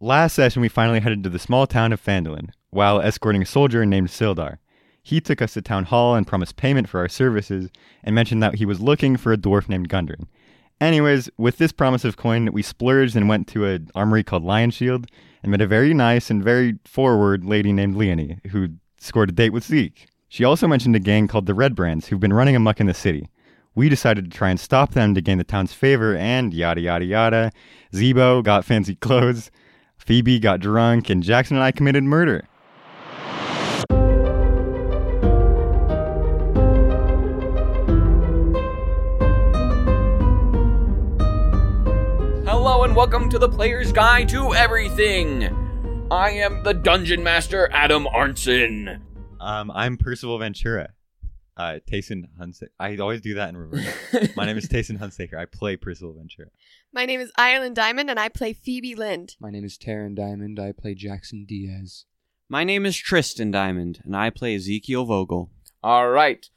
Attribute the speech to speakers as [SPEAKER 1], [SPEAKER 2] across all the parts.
[SPEAKER 1] Last session, we finally headed to the small town of Fandolin while escorting a soldier named Sildar. He took us to town hall and promised payment for our services and mentioned that he was looking for a dwarf named Gundren. Anyways, with this promise of coin, we splurged and went to an armory called Lion Shield and met a very nice and very forward lady named Leonie, who scored a date with Zeke. She also mentioned a gang called the Red Brands, who've been running amuck in the city. We decided to try and stop them to gain the town's favor, and yada yada yada. Zebo got fancy clothes, Phoebe got drunk, and Jackson and I committed murder.
[SPEAKER 2] Hello and welcome to the Player's Guide to Everything. I am the Dungeon Master Adam Arnson.
[SPEAKER 1] Um, I'm Percival Ventura. Uh, Tayson Hunsaker. I always do that in reverse. My name is Tayson Hunsaker. I play Percival Ventura.
[SPEAKER 3] My name is Ireland Diamond, and I play Phoebe Lind.
[SPEAKER 4] My name is Taryn Diamond. I play Jackson Diaz.
[SPEAKER 5] My name is Tristan Diamond, and I play Ezekiel Vogel.
[SPEAKER 2] All right.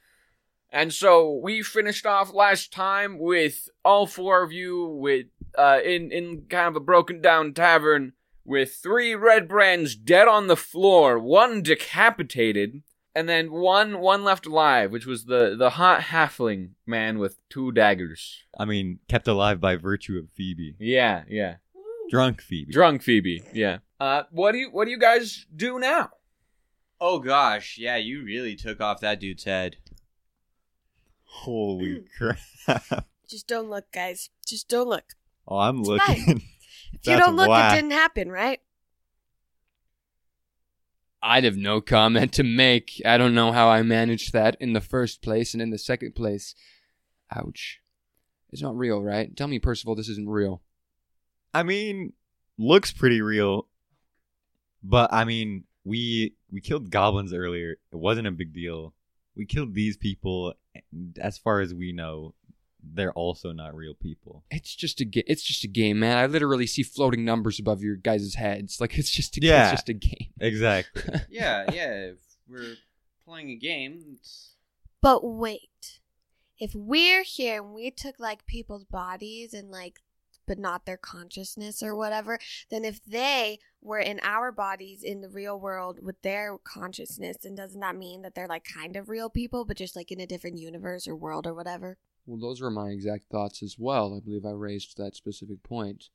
[SPEAKER 2] And so we finished off last time with all four of you with uh, in in kind of a broken down tavern with three red brands dead on the floor, one decapitated, and then one one left alive, which was the the hot halfling man with two daggers.
[SPEAKER 1] I mean, kept alive by virtue of Phoebe.
[SPEAKER 2] Yeah, yeah.
[SPEAKER 1] Drunk Phoebe.
[SPEAKER 2] Drunk Phoebe. Yeah. Uh, what do you what do you guys do now?
[SPEAKER 5] Oh gosh, yeah, you really took off that dude's head.
[SPEAKER 1] Holy crap.
[SPEAKER 3] Just don't look, guys. Just don't look.
[SPEAKER 1] Oh, I'm
[SPEAKER 3] It's
[SPEAKER 1] looking.
[SPEAKER 3] If you
[SPEAKER 1] That's
[SPEAKER 3] don't look,
[SPEAKER 1] whack.
[SPEAKER 3] it didn't happen, right?
[SPEAKER 4] I'd have no comment to make. I don't know how I managed that in the first place and in the second place. Ouch. It's not real, right? Tell me, Percival, this isn't real.
[SPEAKER 1] I mean, looks pretty real, but I mean, we we killed goblins earlier. It wasn't a big deal. We killed these people. and As far as we know, they're also not real people.
[SPEAKER 4] It's just a ga- it's just a game, man. I literally see floating numbers above your guys' heads. Like it's just a
[SPEAKER 1] Yeah.
[SPEAKER 4] it's just a game.
[SPEAKER 1] Exactly.
[SPEAKER 5] yeah, yeah. If we're playing a game, it's...
[SPEAKER 3] But wait. If we're here and we took like people's bodies and like but not their consciousness or whatever, then if they were in our bodies in the real world with their consciousness, then doesn't that mean that they're like kind of real people but just like in a different universe or world or whatever?
[SPEAKER 4] Well, those were my exact thoughts as well. I believe I raised that specific point.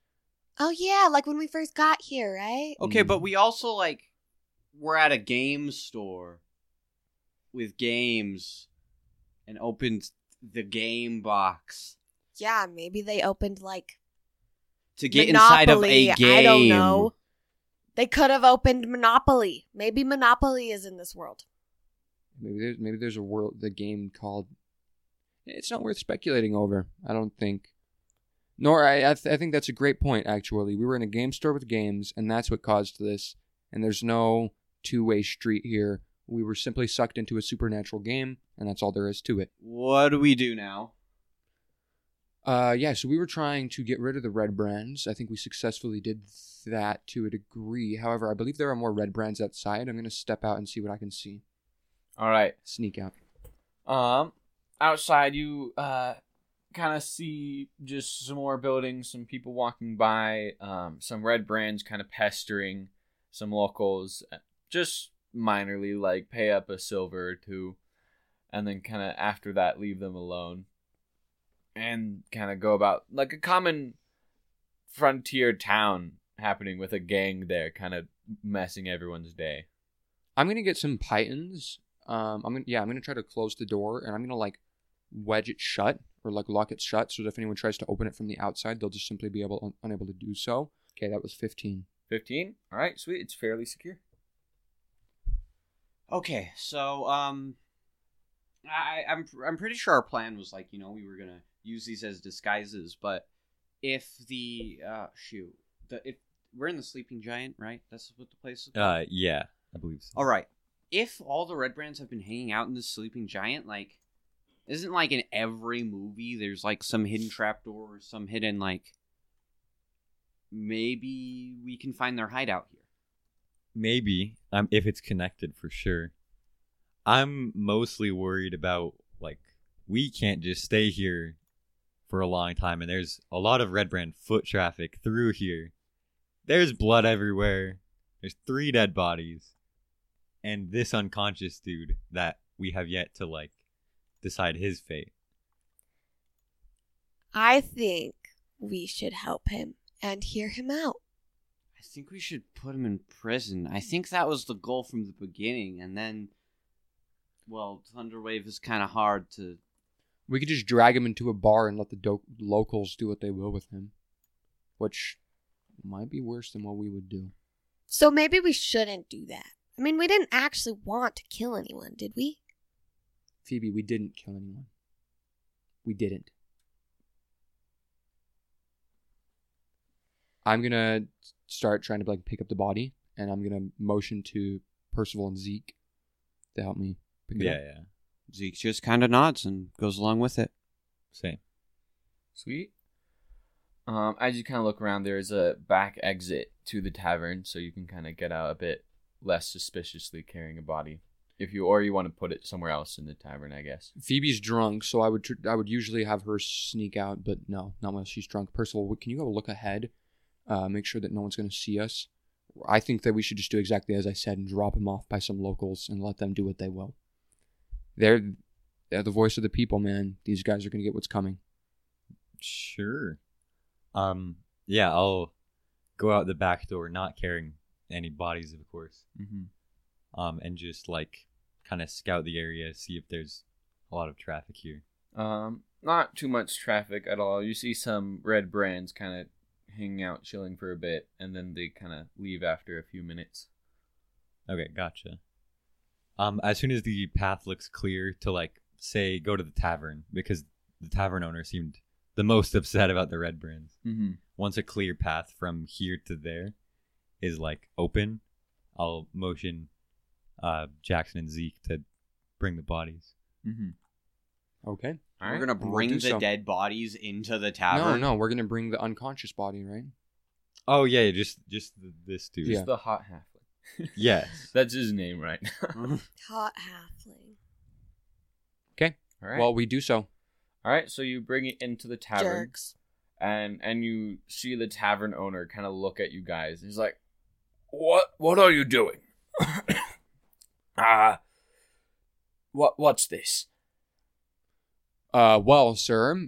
[SPEAKER 3] Oh yeah, like when we first got here, right?
[SPEAKER 5] okay.
[SPEAKER 4] Mm.
[SPEAKER 5] But we also like we're at a game store with games, and opened the game box
[SPEAKER 3] Yeah, maybe they opened like
[SPEAKER 5] to get inside of a
[SPEAKER 3] Monopoly,
[SPEAKER 5] game.
[SPEAKER 3] I don't know. They could have opened Monopoly. Maybe Monopoly is in this world.
[SPEAKER 4] Maybe there's maybe there's a world the game called. It's not worth speculating over. I don't think. Nor I I, th- I think that's a great point. Actually, we were in a game store with games, and that's what caused this. And there's no two way street here. We were simply sucked into a supernatural game, and that's all there is to it.
[SPEAKER 5] What do we do now?
[SPEAKER 4] Uh, yeah. So we were trying to get rid of the red brands. I think we successfully did that to a degree. However, I believe there are more red brands outside. I'm gonna step out and see what I can see.
[SPEAKER 2] All right.
[SPEAKER 4] Sneak out.
[SPEAKER 2] Um, outside you uh kind of see just some more buildings, some people walking by, um, some red brands kind of pestering some locals, uh, just minorly like pay up a silver or two, and then kind of after that leave them alone, and kind of go about like a common frontier town happening with a gang there, kind of messing everyone's day.
[SPEAKER 4] I'm gonna get some pythons. Um, I'm gonna yeah, I'm gonna try to close the door and I'm gonna like wedge it shut or like lock it shut so that if anyone tries to open it from the outside, they'll just simply be able un- unable to do so. Okay, that was 15.
[SPEAKER 2] Fifteen. All right, sweet. It's fairly secure.
[SPEAKER 5] Okay, so um, I, I'm I'm pretty sure our plan was like you know we were gonna use these as disguises, but if the uh shoot the if we're in the Sleeping Giant, right? That's what the place is.
[SPEAKER 1] uh, yeah, I believe so.
[SPEAKER 5] All right, if all the Red Brands have been hanging out in the Sleeping Giant, like isn't like in every movie there's like some hidden trapdoor or some hidden like maybe we can find their hideout here.
[SPEAKER 1] Maybe um, if it's connected for sure. I'm mostly worried about like we can't just stay here for a long time, and there's a lot of red brand foot traffic through here. There's blood everywhere. There's three dead bodies, and this unconscious dude that we have yet to like decide his fate.
[SPEAKER 3] I think we should help him and hear him out.
[SPEAKER 5] I think we should put him in prison. I think that was the goal from the beginning, and then, well, Thunderwave is kind of hard to.
[SPEAKER 4] We could just drag him into a bar and let the do- locals do what they will with him, which might be worse than what we would do.
[SPEAKER 3] So maybe we shouldn't do that. I mean, we didn't actually want to kill anyone, did we?
[SPEAKER 4] Phoebe, we didn't kill anyone. We didn't. I'm gonna start trying to like pick up the body, and I'm gonna motion to Percival and Zeke to help me. Pick it
[SPEAKER 1] Yeah,
[SPEAKER 4] up.
[SPEAKER 1] yeah.
[SPEAKER 5] Zeke just kind of nods and goes along with it.
[SPEAKER 1] Same.
[SPEAKER 2] Sweet. Um, as you kind of look around, there's a back exit to the tavern, so you can kind of get out a bit less suspiciously carrying a body, if you or you want to put it somewhere else in the tavern, I guess.
[SPEAKER 4] Phoebe's drunk, so I would tr- I would usually have her sneak out, but no, not when she's drunk. Percival, w- can you go look ahead, uh, make sure that no one's gonna see us? I think that we should just do exactly as I said and drop him off by some locals and let them do what they will. They're they're the voice of the people, man. These guys are gonna get what's coming.
[SPEAKER 1] Sure. Um. Yeah, I'll go out the back door, not carrying any bodies, of course.
[SPEAKER 2] Mm-hmm.
[SPEAKER 1] Um, and just like kind of scout the area, see if there's a lot of traffic here.
[SPEAKER 2] Um, not too much traffic at all. You see some red brands kind of hanging out, chilling for a bit, and then they kind of leave after a few minutes.
[SPEAKER 1] Okay, gotcha. Um, as soon as the path looks clear to like say go to the tavern because the tavern owner seemed the most upset about the red brands.
[SPEAKER 2] Mm-hmm.
[SPEAKER 1] Once a clear path from here to there is like open, I'll motion uh Jackson and Zeke to bring the bodies.
[SPEAKER 2] Mm-hmm.
[SPEAKER 4] Okay.
[SPEAKER 2] All
[SPEAKER 5] We're gonna
[SPEAKER 4] We'll
[SPEAKER 5] bring
[SPEAKER 4] do
[SPEAKER 5] the
[SPEAKER 4] so.
[SPEAKER 5] dead bodies into the
[SPEAKER 4] No,
[SPEAKER 5] tavern.
[SPEAKER 4] no, we're gonna bring the unconscious body, right?
[SPEAKER 1] Oh yeah, yeah, just just th- this dude.
[SPEAKER 4] Yeah.
[SPEAKER 2] the hot halfling.
[SPEAKER 1] Yes.
[SPEAKER 2] that's his name, right?
[SPEAKER 5] Uh-huh.
[SPEAKER 3] Hot halfling.
[SPEAKER 2] all right.
[SPEAKER 4] Well, we do so.
[SPEAKER 2] all right. So you bring it into the tavern.
[SPEAKER 3] Jerks.
[SPEAKER 2] and and you see the tavern owner kind of look at you guys. He's like, "What? What are you doing? Ah, what? What's this?
[SPEAKER 4] Uh, well, sir,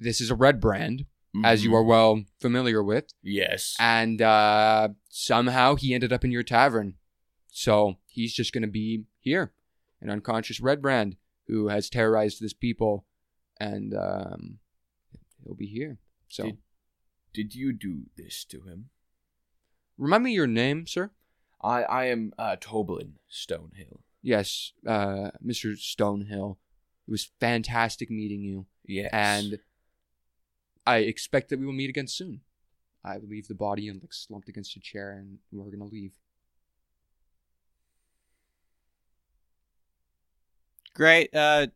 [SPEAKER 4] this is a red brand, as
[SPEAKER 2] Mm.
[SPEAKER 4] you are well familiar with.
[SPEAKER 2] Yes.
[SPEAKER 4] and uh, somehow he ended up in your tavern. So he's just going to be here, an unconscious red brand who has terrorized this people, and um, he'll be here. So
[SPEAKER 2] Did- Did you do this to him?
[SPEAKER 4] remind me your name, sir.
[SPEAKER 2] I I am uh, Toblin Stonehill.
[SPEAKER 4] Yes, uh, Mr. Stonehill. It was fantastic meeting you,
[SPEAKER 2] Yes.
[SPEAKER 4] and I expect that we will meet again soon. I leave the body and like slumped against a chair, and we're gonna leave.
[SPEAKER 5] Great. Uh,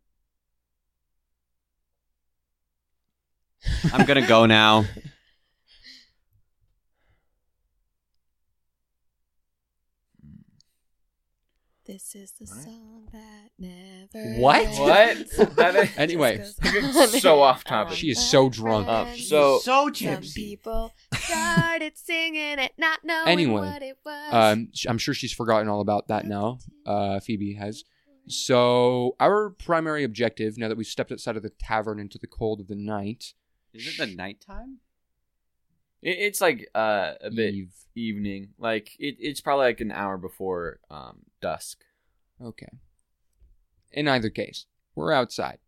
[SPEAKER 5] I'm gonna go now.
[SPEAKER 3] This is the
[SPEAKER 2] All right.
[SPEAKER 3] song that never.
[SPEAKER 4] What?
[SPEAKER 3] ends.
[SPEAKER 2] What? That is-
[SPEAKER 3] Just
[SPEAKER 4] Anyway.
[SPEAKER 3] goes
[SPEAKER 2] You're so
[SPEAKER 3] on
[SPEAKER 2] off
[SPEAKER 3] and
[SPEAKER 2] topic.
[SPEAKER 3] on.
[SPEAKER 4] She is so drunk.
[SPEAKER 3] Um,
[SPEAKER 2] Uh, so-
[SPEAKER 5] so
[SPEAKER 3] Some
[SPEAKER 5] gypsy.
[SPEAKER 3] people started singing it, not knowing
[SPEAKER 4] Anyway,
[SPEAKER 3] what it was.
[SPEAKER 4] Um, sh- I'm sure she's forgotten all about that now. Uh, Phoebe has. So our primary objective, now that we've stepped outside of the tavern into the cold of the night,
[SPEAKER 5] Is it the nighttime?
[SPEAKER 2] It- it's like uh, a bit
[SPEAKER 4] Eve.
[SPEAKER 2] evening. Like it, it's probably like an hour before um, dusk.
[SPEAKER 4] Okay. In either case, we're outside,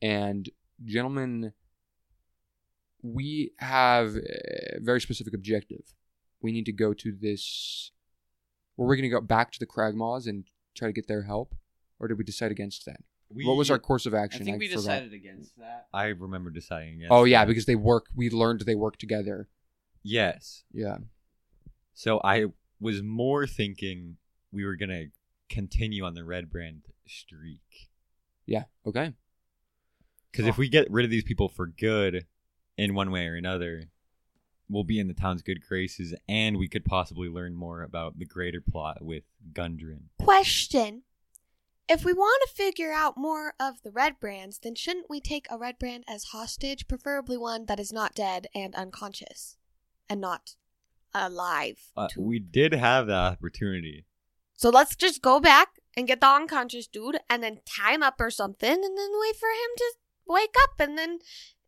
[SPEAKER 4] and gentlemen, we have a very specific objective. We need to go to this. Well, we're going to go back to the Cragmaws and try to get their help, or did we decide against that?
[SPEAKER 1] We,
[SPEAKER 4] what was our course of
[SPEAKER 5] I
[SPEAKER 4] action?
[SPEAKER 5] think we
[SPEAKER 4] forgot.
[SPEAKER 5] decided against that.
[SPEAKER 1] I remember deciding against
[SPEAKER 4] Oh yeah,
[SPEAKER 1] that.
[SPEAKER 4] because they work. We learned they work together.
[SPEAKER 1] Yes.
[SPEAKER 4] Yeah.
[SPEAKER 1] So I was more thinking we were gonna continue on the red brand streak
[SPEAKER 4] Yeah. Okay.
[SPEAKER 1] because if we get rid of these people for good, in one way or another, we'll be in the town's good graces, and we could possibly learn more about the greater plot with Gundren.
[SPEAKER 3] Question. If we want to figure out more of the red brands, then shouldn't we take a red brand as hostage, preferably one that is not dead and unconscious, and not alive.
[SPEAKER 1] Uh,
[SPEAKER 3] to-
[SPEAKER 1] we did have that opportunity.
[SPEAKER 3] so let's just go back and get the unconscious dude and then tie him up or something and then wait for him to wake up and then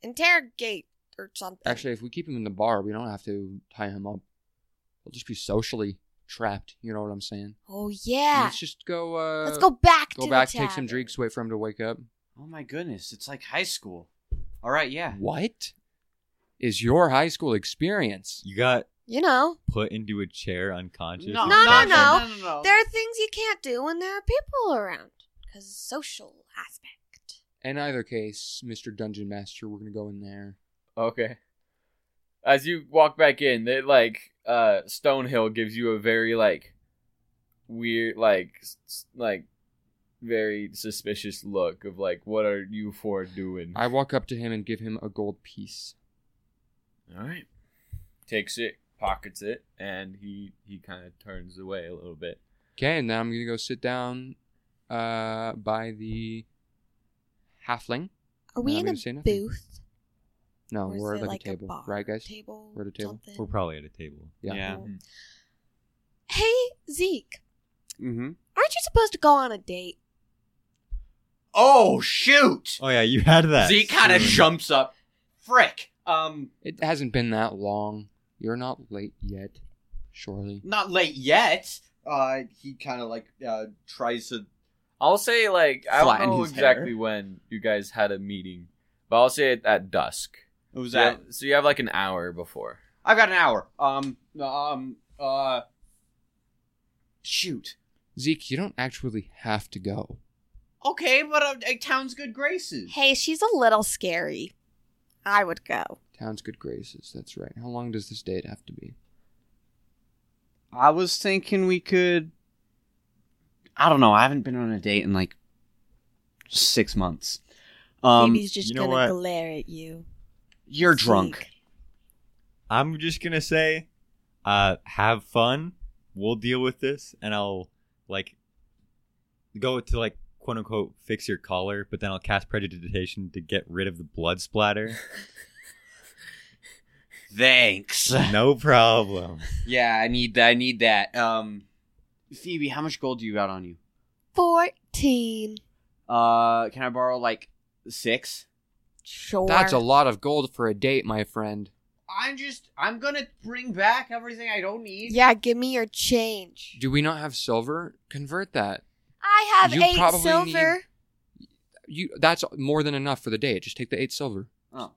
[SPEAKER 3] interrogate or something.
[SPEAKER 4] Actually, if we keep him in the bar, we don't have to tie him up. He'll just be socially trapped. You know what I'm saying?
[SPEAKER 3] Oh yeah.
[SPEAKER 4] Let's just go. Uh,
[SPEAKER 3] Let's go back
[SPEAKER 4] Go
[SPEAKER 3] to
[SPEAKER 4] back,
[SPEAKER 3] the
[SPEAKER 4] take some
[SPEAKER 3] tavern.
[SPEAKER 4] drinks, wait for him to wake up.
[SPEAKER 5] Oh my goodness, it's like high school. All right, yeah.
[SPEAKER 4] What is your high school experience?
[SPEAKER 1] You got
[SPEAKER 3] You know,
[SPEAKER 1] put into a chair unconscious.
[SPEAKER 5] No,
[SPEAKER 1] and
[SPEAKER 3] No, no,
[SPEAKER 1] crushed.
[SPEAKER 3] no.
[SPEAKER 5] no.
[SPEAKER 3] there are things you can't do when there are people around because social aspect.
[SPEAKER 4] In either case, Mr. Dungeon Master, we're gonna go in there.
[SPEAKER 2] Okay. As you walk back in, they like uh Stonehill gives you a very like weird like s- s- like very suspicious look of like what are you for doing?
[SPEAKER 4] I walk up to him and give him a gold piece.
[SPEAKER 2] All right. Takes it, pockets it, and he he kind of turns away a little bit.
[SPEAKER 4] Okay, and now I'm gonna go sit down uh, by the halfling.
[SPEAKER 3] Are we
[SPEAKER 4] I'm
[SPEAKER 3] in
[SPEAKER 4] gonna
[SPEAKER 3] a
[SPEAKER 4] say nothing.
[SPEAKER 3] booth?
[SPEAKER 4] No,
[SPEAKER 3] Or is
[SPEAKER 4] we're at
[SPEAKER 3] there,
[SPEAKER 4] like, a table,
[SPEAKER 3] bar
[SPEAKER 4] right, guys?
[SPEAKER 3] Table.
[SPEAKER 4] We're at a table.
[SPEAKER 3] something?
[SPEAKER 1] We're probably at a table.
[SPEAKER 4] Yeah.
[SPEAKER 5] Yeah. Hmm.
[SPEAKER 3] Hey Zeke,
[SPEAKER 5] Mm-hmm.
[SPEAKER 3] aren't you supposed to go on a date?
[SPEAKER 5] Oh shoot!
[SPEAKER 1] Oh yeah, you had that.
[SPEAKER 5] Z kind of
[SPEAKER 1] soon.
[SPEAKER 5] jumps up. Frick. Um,
[SPEAKER 4] It hasn't been that long. You're not late yet, surely.
[SPEAKER 5] not late yet. Uh, he kind of like uh tries to.
[SPEAKER 2] I'll say like I don't
[SPEAKER 5] Flatten
[SPEAKER 2] know
[SPEAKER 5] his
[SPEAKER 2] exactly
[SPEAKER 5] hair.
[SPEAKER 2] when you guys had a meeting, but I'll say it at dusk.
[SPEAKER 5] It was
[SPEAKER 2] Yeah,
[SPEAKER 5] at.
[SPEAKER 2] so you have like an hour before.
[SPEAKER 5] I've got an hour. Um, um, uh. Shoot.
[SPEAKER 4] Zeke, you don't actually have to go.
[SPEAKER 5] Okay, but uh, uh, town's good graces.
[SPEAKER 3] Hey, she's a little scary. I would go.
[SPEAKER 4] Town's good graces. That's right. How long does this date have to be?
[SPEAKER 5] I was thinking we could. I don't know. I haven't been on a date in like six months. Um,
[SPEAKER 3] Baby's just
[SPEAKER 1] you know
[SPEAKER 3] gonna
[SPEAKER 1] what?
[SPEAKER 3] glare at you.
[SPEAKER 5] you're
[SPEAKER 3] Zeke.
[SPEAKER 5] drunk.
[SPEAKER 1] I'm just gonna say, uh, have fun. We'll deal with this, and I'll like go to like quote unquote fix your collar, but then I'll cast prejudication to get rid of the blood splatter.
[SPEAKER 5] Thanks.
[SPEAKER 1] no problem.
[SPEAKER 5] yeah, I need I need that. Um, Phoebe, how much gold do you got on you?
[SPEAKER 3] Fourteen.
[SPEAKER 5] Uh, can I borrow like six?
[SPEAKER 3] Sure.
[SPEAKER 4] That's a lot of gold for a date, my friend.
[SPEAKER 5] I'm just I'm gonna bring back everything I don't need.
[SPEAKER 3] Yeah, give me your change.
[SPEAKER 4] Do we not have silver? Convert that.
[SPEAKER 3] I have
[SPEAKER 4] You
[SPEAKER 3] eight
[SPEAKER 4] probably
[SPEAKER 3] silver.
[SPEAKER 4] need- You that's more than enough for the date. Just take the 8 silver,
[SPEAKER 5] Oh.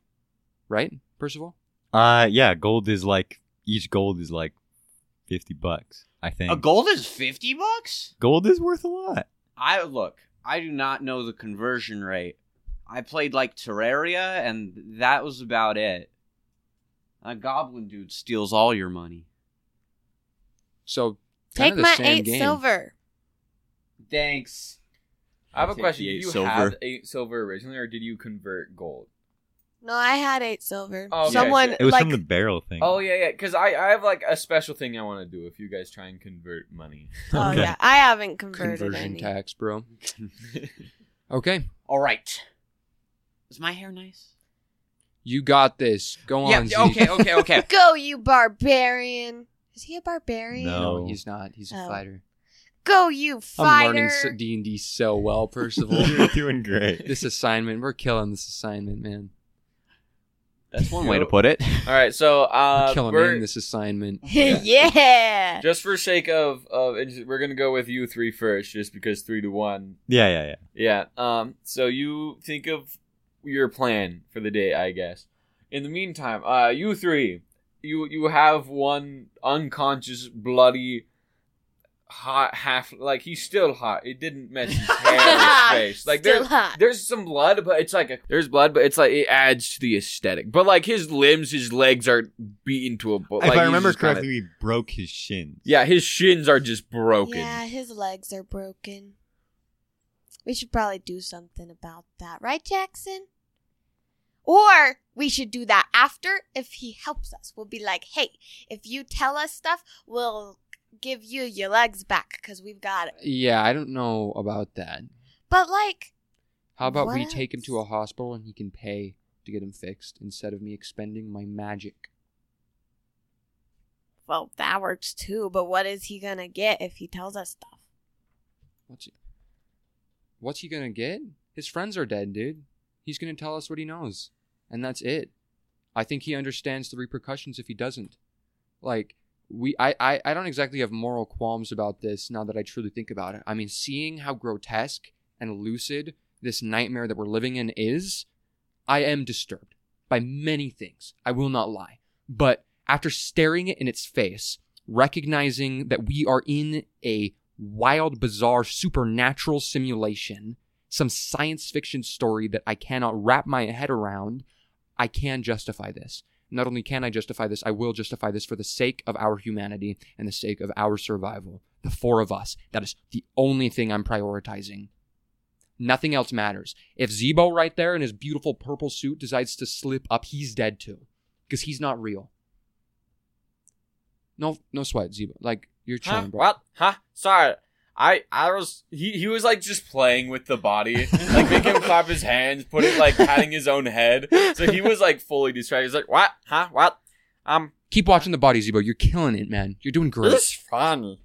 [SPEAKER 4] right? Percival?
[SPEAKER 1] Uh, yeah, gold is like each gold is like fifty bucks. I think
[SPEAKER 5] A gold is fifty bucks.
[SPEAKER 1] gold is worth a lot.
[SPEAKER 5] I look. I do not know the conversion rate. I played like Terraria, and that was about it. A goblin dude steals all your money.
[SPEAKER 4] So
[SPEAKER 3] Take
[SPEAKER 4] kinda the
[SPEAKER 3] my
[SPEAKER 4] same
[SPEAKER 3] eight
[SPEAKER 4] game.
[SPEAKER 3] silver.
[SPEAKER 5] Thanks.
[SPEAKER 2] I have
[SPEAKER 5] I'll
[SPEAKER 2] a
[SPEAKER 5] take
[SPEAKER 2] question.
[SPEAKER 5] the
[SPEAKER 2] Did
[SPEAKER 5] eight
[SPEAKER 2] you
[SPEAKER 5] silver.
[SPEAKER 2] have eight silver originally, or did you convert gold?
[SPEAKER 3] No, I had eight silver.
[SPEAKER 2] Oh, okay.
[SPEAKER 3] Someone
[SPEAKER 1] It was
[SPEAKER 3] like
[SPEAKER 1] from the barrel thing.
[SPEAKER 2] Oh yeah, yeah. Because I, I have like a special thing I want to do. If you guys try and convert money,
[SPEAKER 3] oh
[SPEAKER 1] Okay.
[SPEAKER 3] yeah, I haven't converted
[SPEAKER 4] Conversion
[SPEAKER 3] any.
[SPEAKER 4] tax, bro. Okay,
[SPEAKER 5] All right. Is my hair nice?
[SPEAKER 4] you got this. Go on. Zeke.
[SPEAKER 5] yeah. Okay. Okay. Okay.
[SPEAKER 3] Go, you barbarian! Is he a barbarian?
[SPEAKER 1] No.
[SPEAKER 4] No, he's not. He's a
[SPEAKER 3] Oh.
[SPEAKER 4] fighter.
[SPEAKER 3] Go, you
[SPEAKER 4] I'm
[SPEAKER 3] fighter!
[SPEAKER 4] learning D and D so well, Percival.
[SPEAKER 1] You're doing great.
[SPEAKER 4] this assignment, we're killing this assignment, man.
[SPEAKER 5] That's one
[SPEAKER 2] way to put
[SPEAKER 5] it.
[SPEAKER 2] all right. So
[SPEAKER 4] We're
[SPEAKER 2] uh,
[SPEAKER 4] killing
[SPEAKER 2] we're-
[SPEAKER 4] in this assignment.
[SPEAKER 3] yeah.
[SPEAKER 2] just for sake of of we're gonna go with you three first, just because three to one.
[SPEAKER 1] yeah, yeah, yeah.
[SPEAKER 2] Yeah. Um. So you think of your plan for the day, I guess. In the meantime, uh, you three, you you have one unconscious, bloody, hot half. Like he's still hot. It didn't mess his hair or his face. Like
[SPEAKER 3] Still
[SPEAKER 2] there's
[SPEAKER 3] hot.
[SPEAKER 2] there's some blood, but it's like a, there's blood, but it's like it adds to the aesthetic. But like his limbs, his legs are beaten to a. bu- like,
[SPEAKER 1] if I
[SPEAKER 2] he's
[SPEAKER 1] remember
[SPEAKER 2] just kinda-
[SPEAKER 1] correctly, we broke his shins.
[SPEAKER 2] yeah, his shins are just broken.
[SPEAKER 3] Yeah, his legs are broken. We should probably do something about that, right, Jackson? Or we should do that after if he helps us. We'll be like, hey, if you tell us stuff, we'll give you your legs back because we've got it.
[SPEAKER 4] Yeah, I don't know about that.
[SPEAKER 3] But, like,
[SPEAKER 4] How about we
[SPEAKER 3] What
[SPEAKER 4] take him to a
[SPEAKER 3] else?
[SPEAKER 4] hospital and he can pay to get him fixed instead of me expending my magic?
[SPEAKER 3] Well, that works too, but what is he gonna get if he tells us stuff?
[SPEAKER 4] What's he, what's he gonna get? His friends are dead, dude. He's gonna tell us what he knows, and that's it. I think he understands the repercussions if he doesn't. Like we, I, I, I don't exactly have moral qualms about this now that I truly think about it. I mean, seeing how grotesque and lucid this nightmare that we're living in is, I am disturbed by many things. I will not lie, but after staring it in its face, recognizing that we are in a wild, bizarre, supernatural simulation, some science fiction story that I cannot wrap my head around, I can justify this. Not only can I justify this, I will justify this for the sake of our humanity and the sake of our survival. The four of us. That is the only thing I'm prioritizing. Nothing else matters. If Zebo right there in his beautiful purple suit decides to slip up, he's dead too. Because he's not real. No no sweat, Zebo. Like you're
[SPEAKER 2] Huh?
[SPEAKER 4] chilling, bro.
[SPEAKER 2] What? Huh? Sorry. I I was he, he was like just playing with the body, like making him clap his hands, put it like patting his own head. So he was like fully distracted. He's like, what? Huh? What? Um,
[SPEAKER 4] Keep watching the body, Zebo. You're killing it, man. You're doing great.
[SPEAKER 2] this is funny.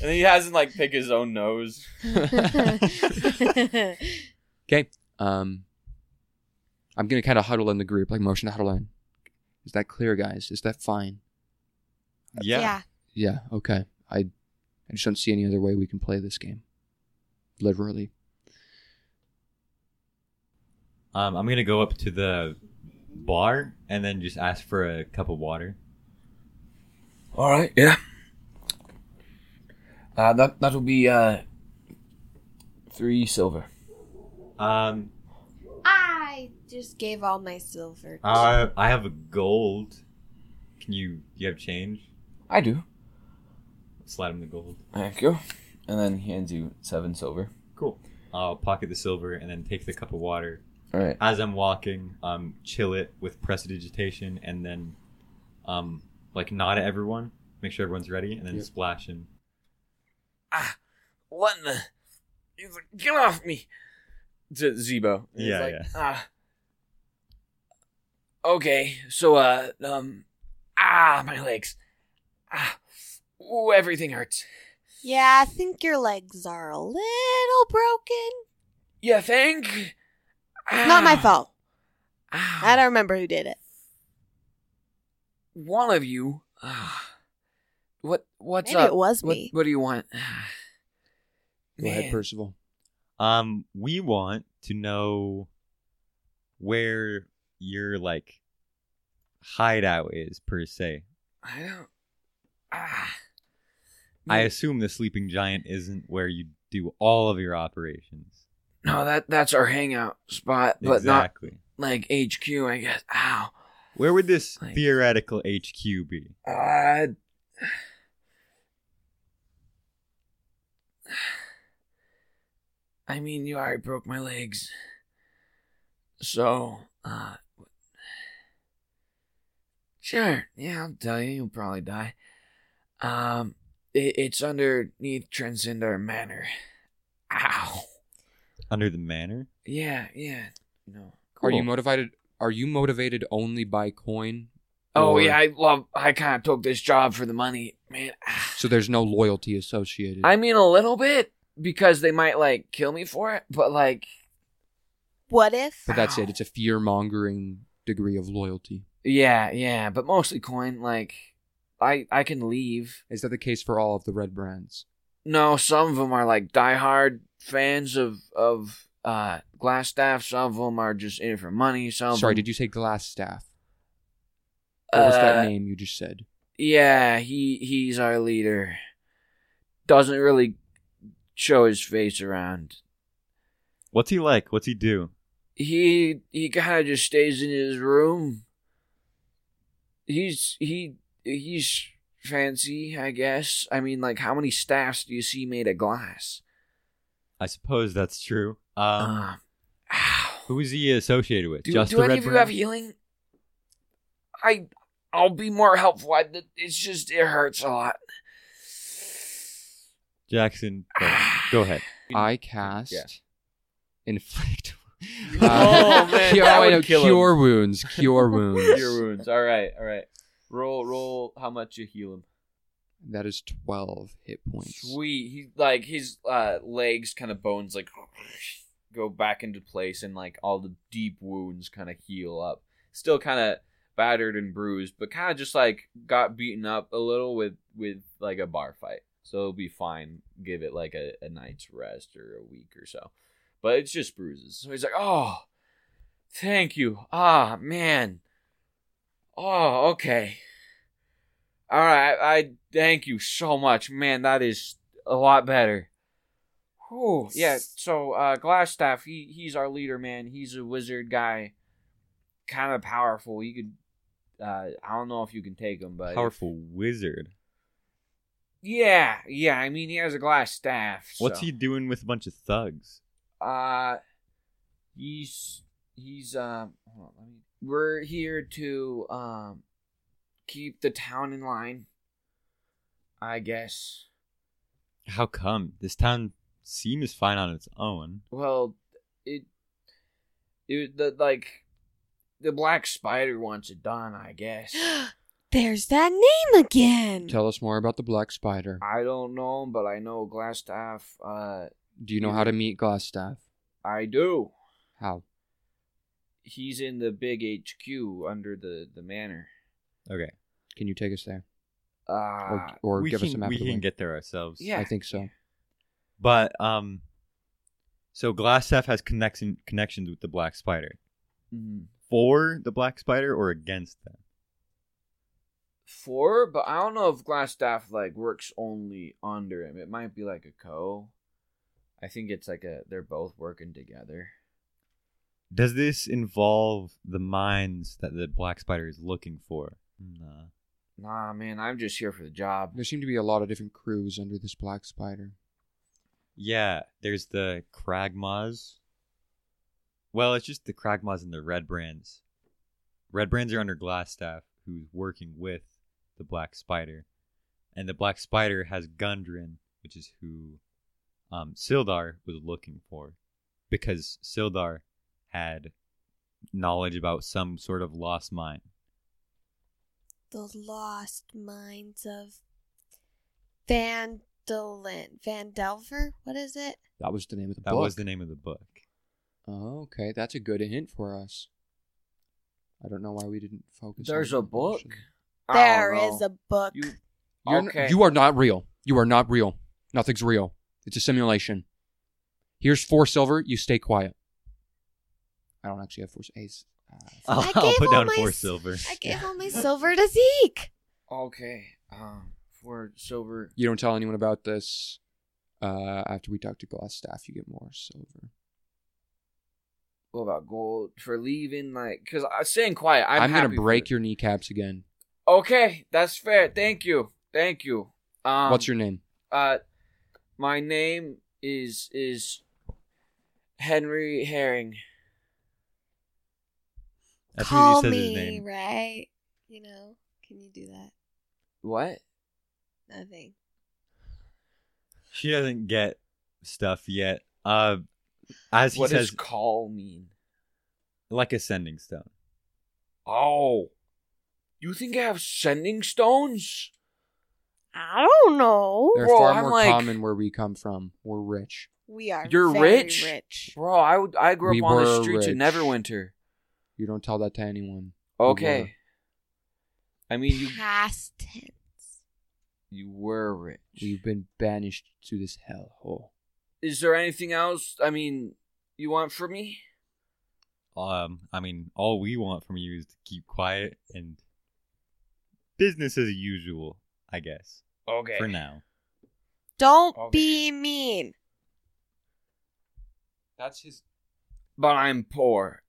[SPEAKER 2] And then he hasn't like pick his own nose.
[SPEAKER 4] Um, I'm gonna kind of huddle in the group, like motion to huddle in. Is that clear, guys? Is that fine?
[SPEAKER 1] Yeah.
[SPEAKER 4] Yeah. Okay. I, I just don't see any other way we can play this game. Literally.
[SPEAKER 1] Um, I'm gonna go up to the bar and then just ask for a cup of water.
[SPEAKER 2] All right. Yeah. Uh, that that'll be uh three silver.
[SPEAKER 1] Um,
[SPEAKER 3] I just gave all my silver.
[SPEAKER 1] uh, I have a gold. Can you? You have change?
[SPEAKER 2] I do.
[SPEAKER 1] Slide him the gold.
[SPEAKER 2] Thank you. And then he hands you seven silver.
[SPEAKER 1] Cool. I'll pocket the silver and then take the cup of water.
[SPEAKER 2] All right.
[SPEAKER 1] As I'm walking, um, chill it with prestidigitation and then, um, like nod at everyone, make sure everyone's ready, and then
[SPEAKER 4] Yep.
[SPEAKER 1] splash him.
[SPEAKER 2] what in the? He's like, get off me! To Zebo. And he's
[SPEAKER 1] Yeah,
[SPEAKER 2] like,
[SPEAKER 1] yeah.
[SPEAKER 2] "Ah. okay, so, uh, um, ah, my legs. Ah, ooh, everything hurts.
[SPEAKER 3] Yeah, I think your legs are a little broken.
[SPEAKER 2] You think?
[SPEAKER 3] Not my fault.
[SPEAKER 2] Ah,
[SPEAKER 3] I don't remember who did it.
[SPEAKER 2] One of you. Ah. what? What's
[SPEAKER 3] Maybe
[SPEAKER 2] up?
[SPEAKER 3] it was
[SPEAKER 2] what,
[SPEAKER 3] me.
[SPEAKER 2] what do you want? Ah.
[SPEAKER 4] Go ahead,
[SPEAKER 2] Man.
[SPEAKER 4] Percival.
[SPEAKER 1] Um, we want to know where your like hideout is per se.
[SPEAKER 2] I don't. Ah.
[SPEAKER 1] I
[SPEAKER 2] Maybe-
[SPEAKER 1] assume the sleeping giant isn't where you do all of your operations.
[SPEAKER 2] No, that that's our hangout spot, but not
[SPEAKER 1] exactly.
[SPEAKER 2] like HQ, I guess. Ow.
[SPEAKER 1] Where would this
[SPEAKER 2] Like-
[SPEAKER 1] theoretical HQ be?
[SPEAKER 2] Uh, I mean, you already broke my legs. So, uh. Sure. Yeah, I'll tell you. You'll probably die. Um, it, it's underneath Transcendor Manor. Ow.
[SPEAKER 1] Under the manor?
[SPEAKER 2] Yeah, yeah. No.
[SPEAKER 4] Are you
[SPEAKER 1] Cool.
[SPEAKER 4] motivated? Are you motivated only by coin?
[SPEAKER 2] Oh
[SPEAKER 4] Or-
[SPEAKER 2] yeah, I love. I kind of took this job for the money, man.
[SPEAKER 4] So there's no loyalty associated.
[SPEAKER 2] I mean, a little bit because they might like kill me for it, but like,
[SPEAKER 3] What if?
[SPEAKER 4] But that's it. It's a fear mongering degree of loyalty.
[SPEAKER 2] yeah, yeah. But mostly coin. Like, I I can leave.
[SPEAKER 4] Is that the case for all of the red brands?
[SPEAKER 2] No, some of them are like diehard fans of of uh glass staff. Some of them are just in it for money. Some
[SPEAKER 4] Sorry, did you say glass staff? What was that name you just said?
[SPEAKER 2] uh, Yeah, he he's our leader. Doesn't really show his face around.
[SPEAKER 1] What's he like? What's he do?
[SPEAKER 2] he he kind of just stays in his room. He's he he's fancy, I guess. I mean, like, how many staffs do you see made of glass?
[SPEAKER 1] I suppose that's true. Um,
[SPEAKER 2] Um, ow.
[SPEAKER 1] who is he associated with?
[SPEAKER 2] do
[SPEAKER 1] Just
[SPEAKER 2] do
[SPEAKER 1] the
[SPEAKER 2] any
[SPEAKER 1] Red
[SPEAKER 2] of you
[SPEAKER 1] Brand?
[SPEAKER 2] have healing? I I'll be more helpful. I, it's just it hurts a lot.
[SPEAKER 1] Jackson, go- go ahead.
[SPEAKER 4] I cast
[SPEAKER 2] Yeah.
[SPEAKER 4] inflict.
[SPEAKER 3] Oh, man,
[SPEAKER 4] cure,
[SPEAKER 2] that
[SPEAKER 4] wait,
[SPEAKER 2] would
[SPEAKER 4] no,
[SPEAKER 2] kill him.
[SPEAKER 4] cure wounds. Cure wounds.
[SPEAKER 2] wounds. All right, all right. Roll, roll. How much you heal him?
[SPEAKER 4] That is 12 hit points.
[SPEAKER 2] Sweet. He like his uh, legs kind of bones like go back into place, and like all the deep wounds kind of heal up. Still kind of battered and bruised, but kind of just like got beaten up a little with with like a bar fight. So it'll be fine. Give it like a, a night's rest or a week or so. But it's just bruises. So he's like, oh, thank you. Ah, man. Oh, okay. All right, I thank you so much, man. That is a lot better. Oh yeah. So uh, Glassstaff, he he's our leader, man. He's a wizard guy, kind of powerful. You could, uh, I don't know if you can take him, but
[SPEAKER 1] Powerful wizard.
[SPEAKER 2] yeah, yeah. I mean, he has a glass staff.
[SPEAKER 1] What's
[SPEAKER 2] so.
[SPEAKER 1] he doing with a bunch of thugs?
[SPEAKER 2] Uh, he's he's um. Hold on, let me. We're here to um keep the town in line. I guess.
[SPEAKER 1] How come this town seems fine on its own?
[SPEAKER 2] Well, it it the like the black spider wants it done. I guess.
[SPEAKER 3] There's that name again.
[SPEAKER 4] Tell us more about the black spider.
[SPEAKER 2] I don't know, but I know Glassstaff. Uh,
[SPEAKER 4] Do you know how to meet Glassstaff?
[SPEAKER 2] I do.
[SPEAKER 4] How?
[SPEAKER 2] He's in the big HQ under the the manor.
[SPEAKER 1] Okay,
[SPEAKER 4] Can you take us there? Or,
[SPEAKER 2] Uh,
[SPEAKER 4] or
[SPEAKER 1] we
[SPEAKER 4] give
[SPEAKER 1] can
[SPEAKER 4] us a map
[SPEAKER 1] we
[SPEAKER 4] of the
[SPEAKER 1] can
[SPEAKER 4] way?
[SPEAKER 1] get there ourselves.
[SPEAKER 2] Yeah.
[SPEAKER 4] I think so.
[SPEAKER 1] but um, so Glassstaff has connection connections with the Black Spider
[SPEAKER 2] mhm.
[SPEAKER 1] for the Black Spider or against them.
[SPEAKER 2] four, but I don't know if Glassstaff like works only under him. It might be like a co. I think it's like a they're both working together.
[SPEAKER 1] Does this involve the mines that the Black Spider is looking for? Nah.
[SPEAKER 2] Nah, man, I'm just here for the job.
[SPEAKER 4] There seem to be a lot of different crews under this black spider.
[SPEAKER 1] Yeah, there's the Kragmas. Well, it's just the Kragmas and the Red Brands. Red Brands are under Glassstaff, who's working with the Black Spider. And the Black Spider has Gundren, which is who um, Sildar was looking for. Because Sildar had knowledge about some sort of lost mine.
[SPEAKER 3] the lost minds of Vandolin. Vandelver? What is it?
[SPEAKER 4] That was the name of the
[SPEAKER 1] That
[SPEAKER 4] book.
[SPEAKER 1] was the name of the book.
[SPEAKER 4] Oh, okay, that's a good hint for us. I don't know why we didn't focus.
[SPEAKER 2] There's
[SPEAKER 4] on
[SPEAKER 2] a
[SPEAKER 4] that,
[SPEAKER 2] book.
[SPEAKER 4] actually.
[SPEAKER 2] I don't
[SPEAKER 3] There is
[SPEAKER 2] know.
[SPEAKER 3] a book.
[SPEAKER 2] You,
[SPEAKER 4] You're n-
[SPEAKER 2] okay.
[SPEAKER 4] you are not real. You are not real. Nothing's real. It's a simulation. Here's four silver. You stay quiet. I don't actually have four. Ace. Uh,
[SPEAKER 1] I'll,
[SPEAKER 3] I
[SPEAKER 1] I'll
[SPEAKER 3] gave
[SPEAKER 1] Oh, put
[SPEAKER 3] all
[SPEAKER 1] down
[SPEAKER 3] my
[SPEAKER 1] four
[SPEAKER 3] s-
[SPEAKER 1] silver.
[SPEAKER 3] I gave all my silver to Zeke.
[SPEAKER 2] okay. Um, for silver.
[SPEAKER 4] you don't tell anyone about this. Uh, after we talk to glass staff, you get more silver.
[SPEAKER 2] What about gold for leaving? Like, cause I staying quiet. I'm,
[SPEAKER 4] I'm, gonna
[SPEAKER 2] happy for
[SPEAKER 4] break
[SPEAKER 2] it.
[SPEAKER 4] your kneecaps again.
[SPEAKER 2] Okay, that's fair. Thank you. Thank you. Um,
[SPEAKER 4] What's your name?
[SPEAKER 2] Uh, my name is is Henry Herring.
[SPEAKER 1] As soon as
[SPEAKER 3] Call
[SPEAKER 1] he says his
[SPEAKER 3] me,
[SPEAKER 1] name.
[SPEAKER 3] right? You know, can you do that?
[SPEAKER 2] What?
[SPEAKER 3] Nothing.
[SPEAKER 1] She doesn't get stuff yet. Uh, as he
[SPEAKER 2] What
[SPEAKER 1] says,
[SPEAKER 2] does call mean?
[SPEAKER 1] like a sending stone.
[SPEAKER 2] Oh, you think I have sending stones?
[SPEAKER 3] I don't know.
[SPEAKER 4] They're
[SPEAKER 2] Well,
[SPEAKER 4] far
[SPEAKER 2] I'm
[SPEAKER 4] more
[SPEAKER 2] like-
[SPEAKER 4] common where we come from. We're rich.
[SPEAKER 3] We are.
[SPEAKER 2] You're
[SPEAKER 3] very
[SPEAKER 2] rich?
[SPEAKER 3] Rich.
[SPEAKER 2] Bro, I would. I grew
[SPEAKER 4] We
[SPEAKER 2] up on the
[SPEAKER 4] were
[SPEAKER 2] streets of
[SPEAKER 4] rich.
[SPEAKER 2] Neverwinter.
[SPEAKER 4] You don't tell that to anyone.
[SPEAKER 2] Okay. I mean, you
[SPEAKER 3] Past tense.
[SPEAKER 2] you were rich.
[SPEAKER 4] We've been banished to this hellhole.
[SPEAKER 2] Is there anything else? I mean, you want from me?
[SPEAKER 1] Um, I mean, all we want from you is to keep quiet and business as usual, I guess,
[SPEAKER 2] Okay.
[SPEAKER 1] for now.
[SPEAKER 3] Don't
[SPEAKER 2] Okay.
[SPEAKER 3] be mean.
[SPEAKER 4] That's his.
[SPEAKER 2] But I'm poor,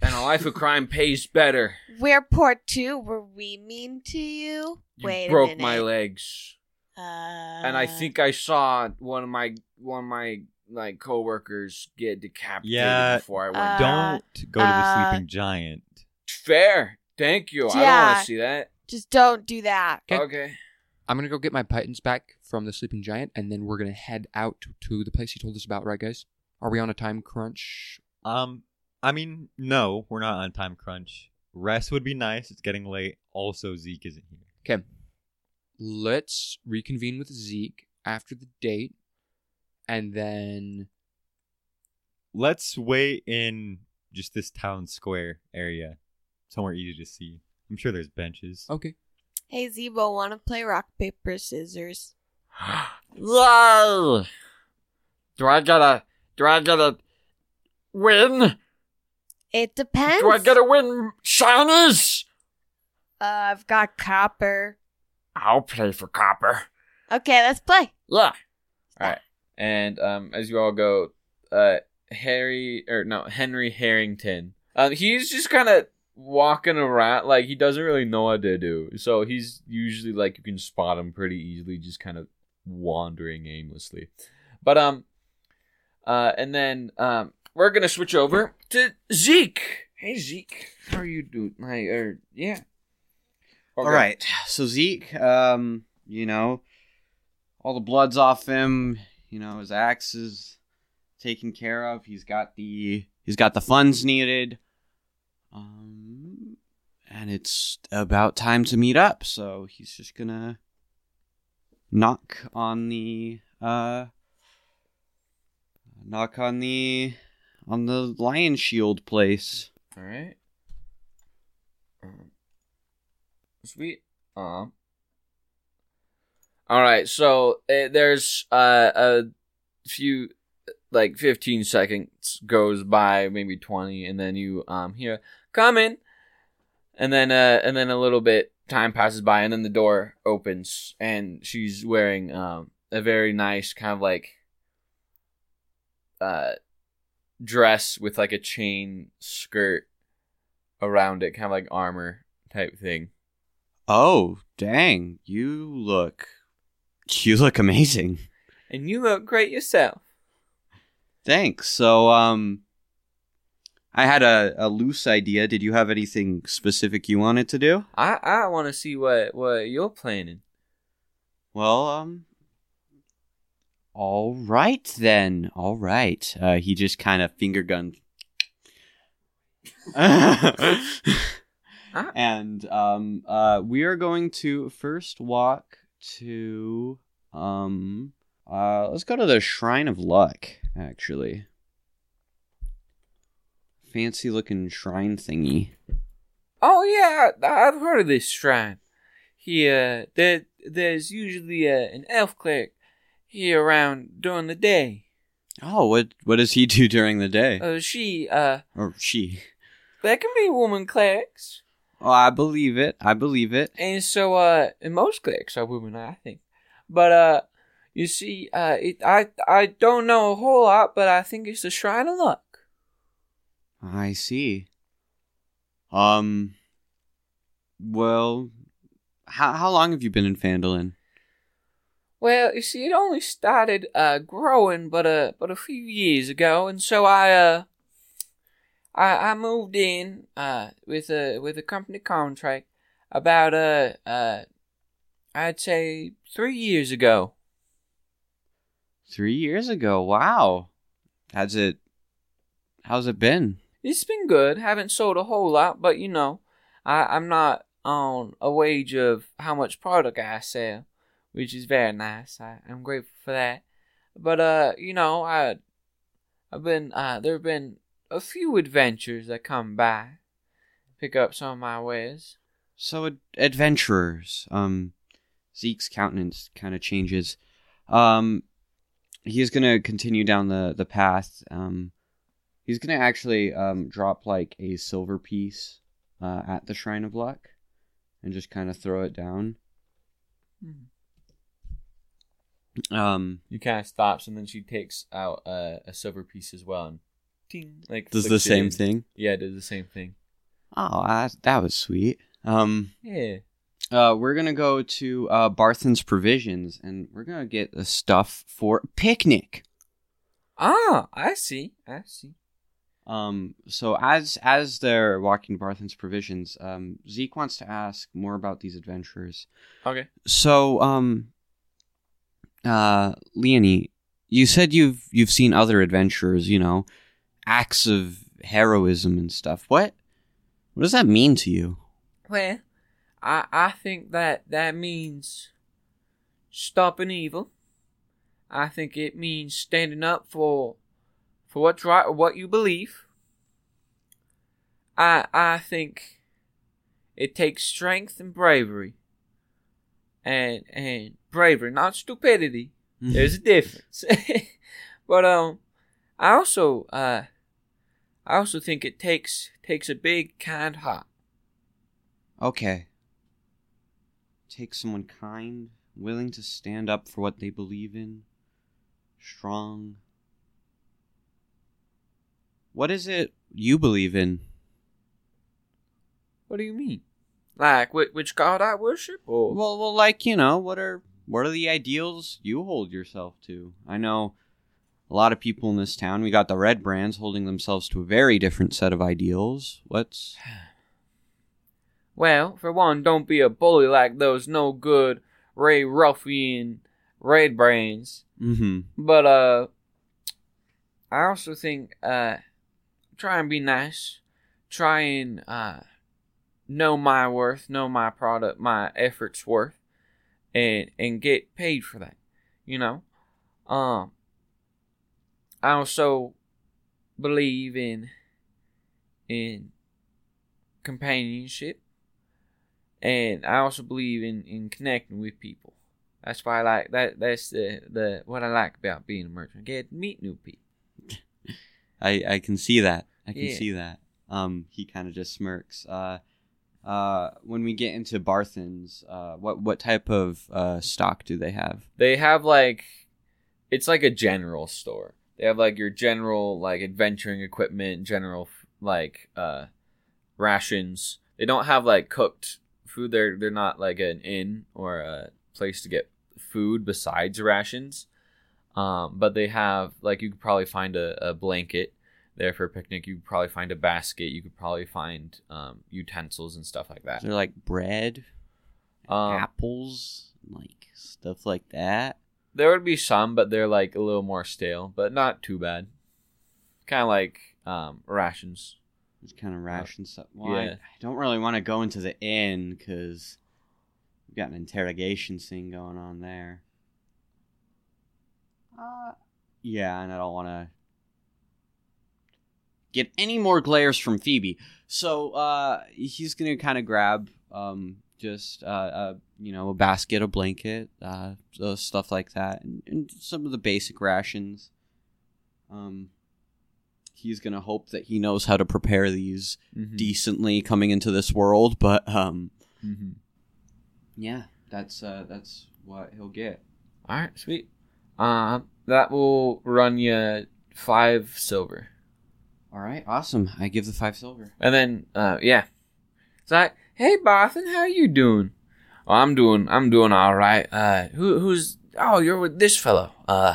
[SPEAKER 2] and a life of crime pays better.
[SPEAKER 3] We're poor too. Were we mean to you?
[SPEAKER 2] You
[SPEAKER 3] Wait a
[SPEAKER 2] broke
[SPEAKER 3] minute.
[SPEAKER 2] my legs.
[SPEAKER 3] Uh,
[SPEAKER 2] and I think I saw one of my one of my like coworkers get decapitated
[SPEAKER 1] Yeah,
[SPEAKER 2] before I went.
[SPEAKER 3] Uh,
[SPEAKER 1] Don't go to the
[SPEAKER 3] uh,
[SPEAKER 1] sleeping giant.
[SPEAKER 2] Fair. Thank you. I don't want
[SPEAKER 3] Yeah.
[SPEAKER 2] to see that.
[SPEAKER 3] just don't do that.
[SPEAKER 4] Okay.
[SPEAKER 2] Okay.
[SPEAKER 4] I'm gonna go get my pythons back from the sleeping giant, and then we're gonna head out to the place he told us about. Right, guys? Are we on a time crunch?
[SPEAKER 1] Um, I mean, no, we're not on time crunch. Rest would be nice. It's getting late. Also, Zeke isn't here.
[SPEAKER 4] Okay. Let's reconvene with Zeke after the date. And then
[SPEAKER 1] Let's wait in just this town square area, somewhere easy to see. I'm sure there's benches.
[SPEAKER 4] okay.
[SPEAKER 3] Hey, Zebo, want to play rock, paper, scissors?
[SPEAKER 2] Whoa! Do I gotta? Do I gotta win?
[SPEAKER 3] It depends.
[SPEAKER 2] Do I gotta win shinies?
[SPEAKER 3] Uh, I've got copper.
[SPEAKER 2] I'll play for copper.
[SPEAKER 3] Okay, let's play.
[SPEAKER 2] Yeah. All right. And um, as you all go, uh, Harry or no Henry Harrington. Um, he's just kind of walking around like he doesn't really know what to do. So he's usually like you can spot him pretty easily, just kind of wandering aimlessly. But um, uh, and then um, we're gonna switch over to Zeke. Hey Zeke, how are you doing? Hi, er, yeah.
[SPEAKER 5] All right. So Zeke, um, you know, all the blood's off him. You know, his axe is taken care of. He's got the he's got the funds needed. Um, and it's about time to meet up. So he's just gonna knock on the uh, knock on the on the lion shield place.
[SPEAKER 2] All right. Um, sweet. Um. All right. So uh, there's uh, a few, like fifteen seconds goes by, maybe twenty, and then you um hear coming, and then uh and then a little bit time passes by, and then the door opens, and she's wearing um a very nice kind of like uh dress with like a chain skirt around it, kind of like armor type thing.
[SPEAKER 5] Oh, dang! You look you look amazing.
[SPEAKER 2] And you look great yourself.
[SPEAKER 5] Thanks. So, um, I had a, a loose idea. Did you have anything specific you wanted to do?
[SPEAKER 2] I I want to see what what you're planning.
[SPEAKER 5] Well, um, all right then. All right. Uh, he just kind of finger gunned. and um, uh, we are going to first walk to um, uh, let's go to the Shrine of Luck. Actually, fancy looking shrine thingy.
[SPEAKER 2] Oh yeah, I- I've heard of this shrine. Here, there there's usually uh an elf cleric here around during the day.
[SPEAKER 5] Oh, what what does he do during the day?
[SPEAKER 2] Uh, she uh
[SPEAKER 5] or she?
[SPEAKER 2] there can be woman clerics,
[SPEAKER 5] Oh, I believe it. I believe it.
[SPEAKER 2] and so uh and most clerics are women, I think. But uh, you see, uh, it, I I don't know a whole lot, but I think it's the shrine of luck.
[SPEAKER 5] I see. Um. Well, how how long have you been in Fandolin?
[SPEAKER 2] Well, you see, it only started uh, growing but a but a few years ago, and so I uh, I, I moved in uh, with a with a company contract about uh, uh I'd say three years ago.
[SPEAKER 5] Three years ago. Wow. How's it? How's it been?
[SPEAKER 2] It's been good. Haven't sold a whole lot, but you know, I I'm not on a wage of how much product I sell, which is very nice. I I'm grateful for that. But uh, you know, I I've been uh there've been a few adventures that come by, pick up some of my wares.
[SPEAKER 5] So ad- adventurers. Um, Zeke's countenance kind of changes. Um, he's gonna continue down the the path. Um, he's gonna actually um drop like a silver piece uh, at the Shrine of Luck, and just kind of throw it down. Um,
[SPEAKER 2] You kind of stops and then she takes out uh, a silver piece as well and ting, like
[SPEAKER 5] does the
[SPEAKER 2] flicks it
[SPEAKER 5] same
[SPEAKER 2] in.
[SPEAKER 5] thing.
[SPEAKER 2] Yeah, does the same thing.
[SPEAKER 5] Oh, I, that was sweet. Um,
[SPEAKER 2] Yeah.
[SPEAKER 5] uh, we're gonna go to uh, Barthen's Provisions, and we're gonna get the stuff for a picnic.
[SPEAKER 2] Ah, I see. I see.
[SPEAKER 5] Um, so as as they're walking Barthen's provisions, um, Zeke wants to ask more about these adventurers.
[SPEAKER 2] Okay.
[SPEAKER 5] So, um, uh, Leonie, you said you've you've seen other adventurers, you know, acts of heroism and stuff. What What does that mean to you?
[SPEAKER 2] Well, I I think that that means stopping evil. I think it means standing up for for what's right or what you believe. I I think it takes strength and bravery. And and bravery, not stupidity. There's a difference. but um I also uh I also think it takes takes a big kind heart.
[SPEAKER 5] Okay. Take someone kind, willing to stand up for what they believe in, strong. What is it you believe in?
[SPEAKER 2] What do you mean? Like which, which god I worship or
[SPEAKER 5] Well, well, like you know, what are what are the ideals you hold yourself to? I know a lot of people in this town. We got the red brands holding themselves to a very different set of ideals. What's
[SPEAKER 2] Well, for one, don't be a bully like those no good Ray Ruffian Red Brains.
[SPEAKER 5] mm-hmm.
[SPEAKER 2] But uh I also think uh try and be nice. Try and uh know my worth, know my product, my efforts worth and and get paid for that. You know? Um I also believe in in companionship and I also believe in, in connecting with people. That's why I like that. That's the, the what I like about being a merchant. Get to meet new people.
[SPEAKER 5] I I can see that. I can
[SPEAKER 2] Yeah.
[SPEAKER 5] see that. Um, he kind of just smirks. Uh, uh, when we get into Barthens, uh, what what type of uh stock do they have?
[SPEAKER 2] They have like, it's like a general store. They have like your general like adventuring equipment, general like uh, rations. They don't have like cooked food. They're they're not like an inn or a place to get food besides rations. Um, but they have like you could probably find a, a blanket there for a picnic. You could probably find a basket. You could probably find um, utensils and stuff like that.
[SPEAKER 5] They're like bread,
[SPEAKER 2] Um,
[SPEAKER 5] apples, like stuff like that.
[SPEAKER 2] There would be some, but they're like a little more stale, but not too bad. Kind of like um, rations.
[SPEAKER 5] It's kind of ration stuff. Well, I,
[SPEAKER 2] yeah.
[SPEAKER 5] I don't really want to go into the inn because we've got an interrogation scene going on there. Uh, yeah, and I don't want to get any more glares from Phoebe. So uh, he's gonna kind of grab um, just uh, uh, you know a basket, a blanket, uh, uh, stuff like that, and, and some of the basic rations. Um, he's gonna hope that he knows how to prepare these
[SPEAKER 2] Mm-hmm. Hmm.
[SPEAKER 5] decently coming into this world, but um,
[SPEAKER 2] Mhm.
[SPEAKER 5] yeah, that's uh, that's what he'll get.
[SPEAKER 2] All right, sweet. Um, that will run you five silver,
[SPEAKER 5] All right, awesome. I give the five silver.
[SPEAKER 2] and then uh, yeah, it's like, hey, Barthen, how you doing? Oh, I'm doing, I'm doing all right. Uh, who, who's? Oh, you're with this fellow. Uh,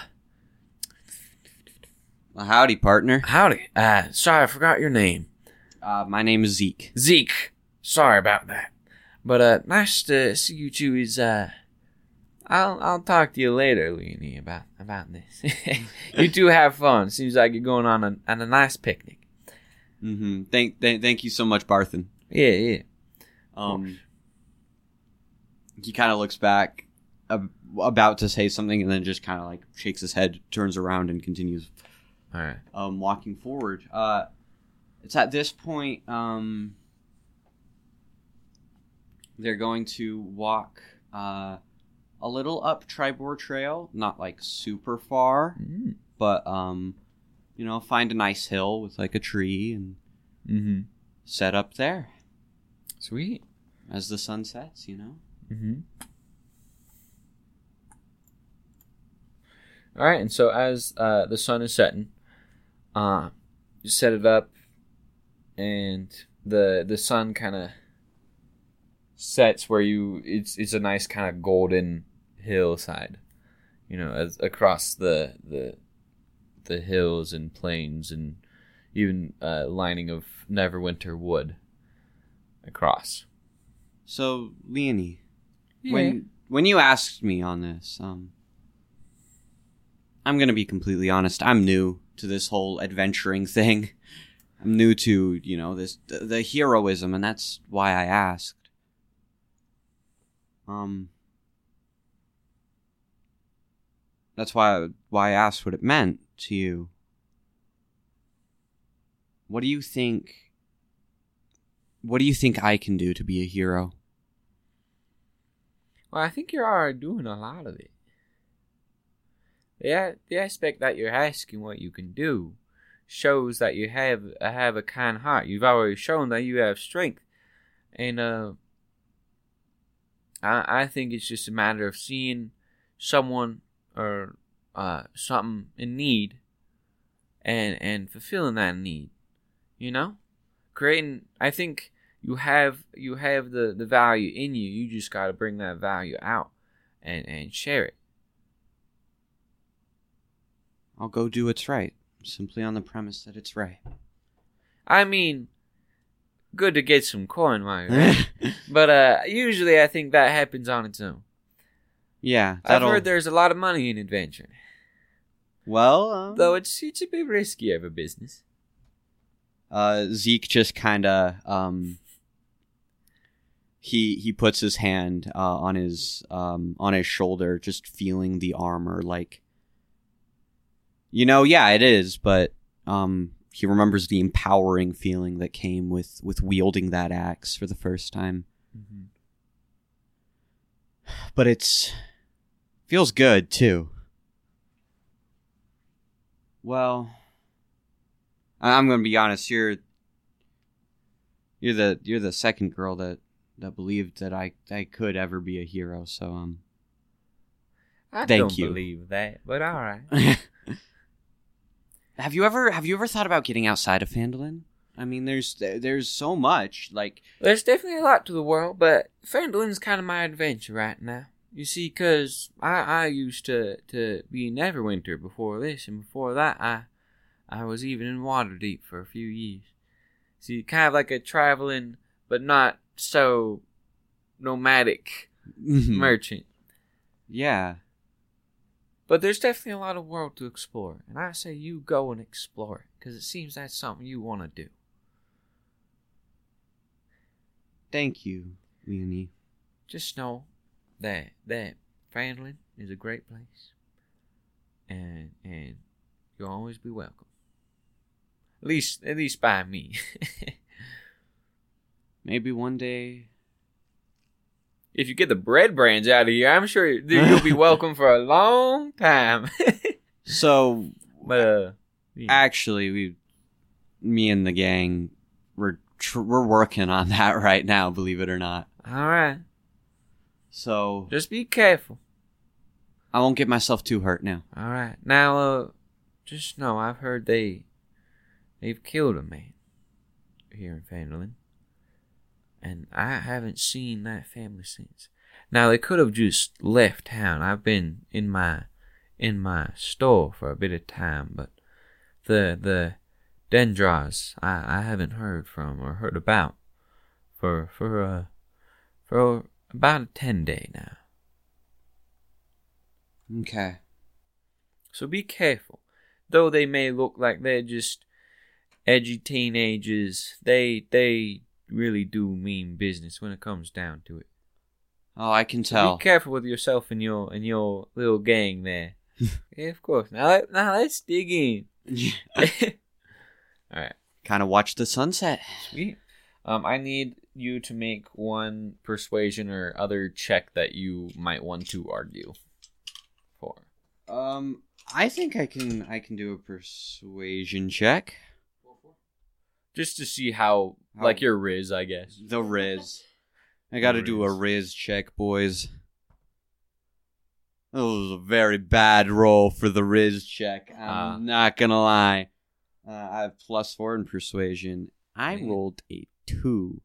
[SPEAKER 5] Well, howdy, partner.
[SPEAKER 2] howdy. Uh, sorry, I forgot your name.
[SPEAKER 5] Uh, my name is Zeke.
[SPEAKER 2] Zeke, sorry about that. But uh nice to see you two is uh I'll I'll talk to you later, Leonie, about about this. you two have fun. Seems like you're going on a on a nice picnic.
[SPEAKER 5] Mm-hmm. Thank, th- thank you so much, Barthen.
[SPEAKER 2] Yeah, yeah.
[SPEAKER 5] Um, he kind of looks back, ab- about to say something, and then just kind of like shakes his head, turns around, and continues
[SPEAKER 2] Alright.
[SPEAKER 5] um, walking forward. Uh, it's at this point um, they're going to walk uh, a little up Tribor Trail, not like super far,
[SPEAKER 2] Mm-hmm.
[SPEAKER 5] but um, you know, find a nice hill with like a tree and set up there
[SPEAKER 2] Mm-hmm. Sweet.
[SPEAKER 5] as the sun sets. You know,
[SPEAKER 2] Mm-hmm. All right, and so as uh, the sun is setting, uh, you set it up, and the the sun kind of sets where you it's it's a nice kind of golden hillside, you know, as across the the the hills and plains and even uh, lining of Neverwinter wood across.
[SPEAKER 5] so Leonie, when when you asked me on this, um, I'm gonna be completely honest. I'm new to this whole adventuring thing. I'm new to you know this the, the heroism, and that's why I asked. Um, that's why I, why I asked what it meant to you. What do you think? What do you think I can do to be a hero?
[SPEAKER 2] Well, I think you're already doing a lot of it. The, the aspect that you're asking what you can do shows that you have have a kind heart. You've already shown that you have strength, and uh, I I think it's just a matter of seeing someone or uh, something in need, and and fulfilling that need. You know, creating. I think you have you have the the value in you. You just got to bring that value out, and and share it.
[SPEAKER 5] I'll go do what's right, simply on the premise that it's right.
[SPEAKER 2] I mean, good to get some coin while you're at it. But uh, usually I think that happens on its own.
[SPEAKER 5] yeah,
[SPEAKER 2] I've heard there's a lot of money in adventure,
[SPEAKER 5] Well, um,
[SPEAKER 2] though it's it's a bit risky of a business.
[SPEAKER 5] uh, Zeke just kind of um, he he puts his hand uh, on his um, on his shoulder, just feeling the armor. Like, you know, yeah, it is, but um, he remembers the empowering feeling that came with with wielding that axe for the first time. But it's feels good too. Well, I- I'm gonna be honest. You're you're the you're the second girl that that believed that I I could ever be a hero. So um,
[SPEAKER 2] I
[SPEAKER 5] Thank
[SPEAKER 2] don't
[SPEAKER 5] you.
[SPEAKER 2] believe that, but all right.
[SPEAKER 5] have you ever have you ever thought about getting outside of Fandolin? I mean, there's there- there's so much like
[SPEAKER 2] There's definitely a lot to the world, but Fandolin's kind of my adventure right now. You see, 'cause I, I used to, to be in Neverwinter before this, and before that, I I was even in Waterdeep for a few years. See, kind of like a traveling, but not so nomadic
[SPEAKER 5] Hmm.
[SPEAKER 2] merchant.
[SPEAKER 5] yeah.
[SPEAKER 2] But there's definitely a lot of world to explore, and I say you go and explore it, 'cause it seems that's something you want to do.
[SPEAKER 5] Thank you, Leonie.
[SPEAKER 2] just know that that Fandlin is a great place, and and you'll always be welcome. At least at least by me.
[SPEAKER 5] Maybe one day.
[SPEAKER 2] if you get the bread brands out of here, I'm sure you'll be welcome for a long time.
[SPEAKER 5] So
[SPEAKER 2] but uh, yeah.
[SPEAKER 5] actually, we, me and the gang, we're tr- we're working on that right now. Believe it or not.
[SPEAKER 2] all right,
[SPEAKER 5] So
[SPEAKER 2] just be careful.
[SPEAKER 5] I won't get myself too hurt now.
[SPEAKER 2] All right, now uh, just know I've heard they they've killed a man here in Fandolin, and I haven't seen that family since. Now they could have just left town. I've been in my in my store for a bit of time, but the the Dendras I, I haven't heard from or heard about for for uh for about a ten day now.
[SPEAKER 5] Okay.
[SPEAKER 2] So be careful. Though they may look like they're just edgy teenagers, they they really do mean business when it comes down to it.
[SPEAKER 5] Oh, I can
[SPEAKER 2] So
[SPEAKER 5] tell.
[SPEAKER 2] be careful with yourself and your and your little gang there. yeah, of course. Now let, now let's dig in. All right.
[SPEAKER 5] kind of watch the sunset.
[SPEAKER 2] Sweet. Um, I need you to make one persuasion or other check that you might want to argue for.
[SPEAKER 5] Um, I think I can I can do a persuasion check.
[SPEAKER 2] Just to see how,
[SPEAKER 5] How-
[SPEAKER 2] like your riz, I guess.
[SPEAKER 5] The Riz. I got to do a
[SPEAKER 2] Riz.
[SPEAKER 5] Riz check, boys. That was a very bad roll for the Riz check. I'm
[SPEAKER 2] Ah.
[SPEAKER 5] not gonna lie. Uh, I have plus four in persuasion. I
[SPEAKER 2] Mhm.
[SPEAKER 5] rolled a two,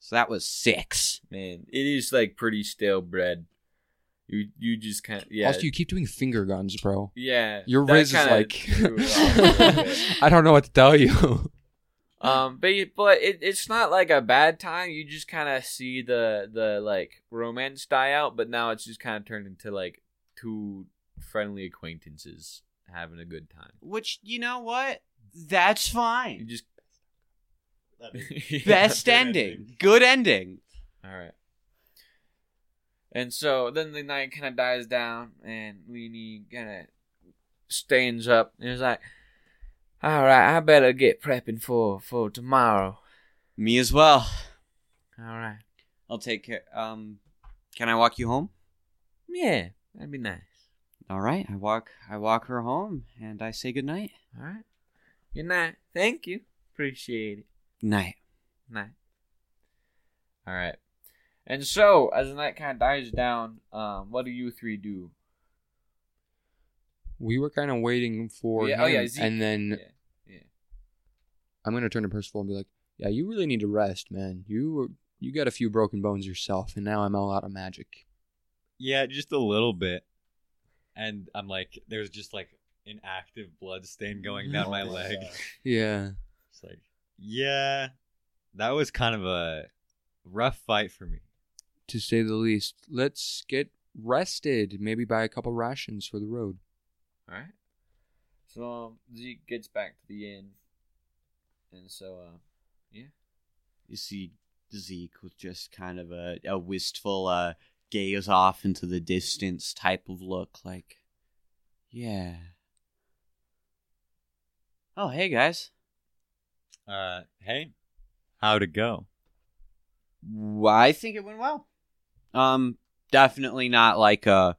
[SPEAKER 5] so that was six.
[SPEAKER 2] Man, it is like pretty stale bread. You you just kind of yeah
[SPEAKER 4] Also, you keep doing finger guns, bro.
[SPEAKER 2] yeah.
[SPEAKER 4] Your
[SPEAKER 2] that
[SPEAKER 4] riz is
[SPEAKER 2] kinda
[SPEAKER 4] like.
[SPEAKER 2] threw it off a little bit.
[SPEAKER 4] I don't know what to tell you.
[SPEAKER 2] um, but you- but it, it's not like a bad time. You just kind of see the the like romance die out, but now it's just kind of turned into like two friendly acquaintances having a good time.
[SPEAKER 5] Which you know what? That's fine.
[SPEAKER 2] You just
[SPEAKER 5] Best ending. Good ending.
[SPEAKER 2] All right. And so then the night kind of dies down, and Leanie kind of stands up and is like, "All right, I better get prepping for for tomorrow."
[SPEAKER 5] Me as well.
[SPEAKER 2] All right.
[SPEAKER 5] I'll take care. Um, can I walk you home?
[SPEAKER 2] Yeah, that'd be nice.
[SPEAKER 5] All right. I walk. I walk her home, and I say good night.
[SPEAKER 2] All right. Good night. Thank you. Appreciate it.
[SPEAKER 5] Night.
[SPEAKER 2] Night. All right. And so, as the night kind of dies down, um, what do you three do?
[SPEAKER 4] We were kind of waiting for
[SPEAKER 2] Yeah,
[SPEAKER 4] him,
[SPEAKER 2] oh, yeah, Zeke.
[SPEAKER 4] and then
[SPEAKER 2] Yeah.
[SPEAKER 4] I'm gonna turn to Percival and be like, "Yeah, you really need to rest, man. You were, you got a few broken bones yourself, and now I'm all out of magic."
[SPEAKER 1] Yeah, just a little bit. And I'm like, there's just like an active blood stain going down my leg.
[SPEAKER 4] Yeah,
[SPEAKER 1] It's like, yeah, that was kind of a rough fight for me.
[SPEAKER 4] to say the least. Let's get rested. Maybe buy a couple rations for the road.
[SPEAKER 2] All right. So um, Zeke gets back to the inn, and so uh,
[SPEAKER 5] You see Zeke with just kind of a, a wistful uh, gaze off into the distance type of look, like, yeah. Oh, hey guys.
[SPEAKER 1] Uh, hey, how'd it go?
[SPEAKER 5] Well, I think it went well. Um, definitely not like a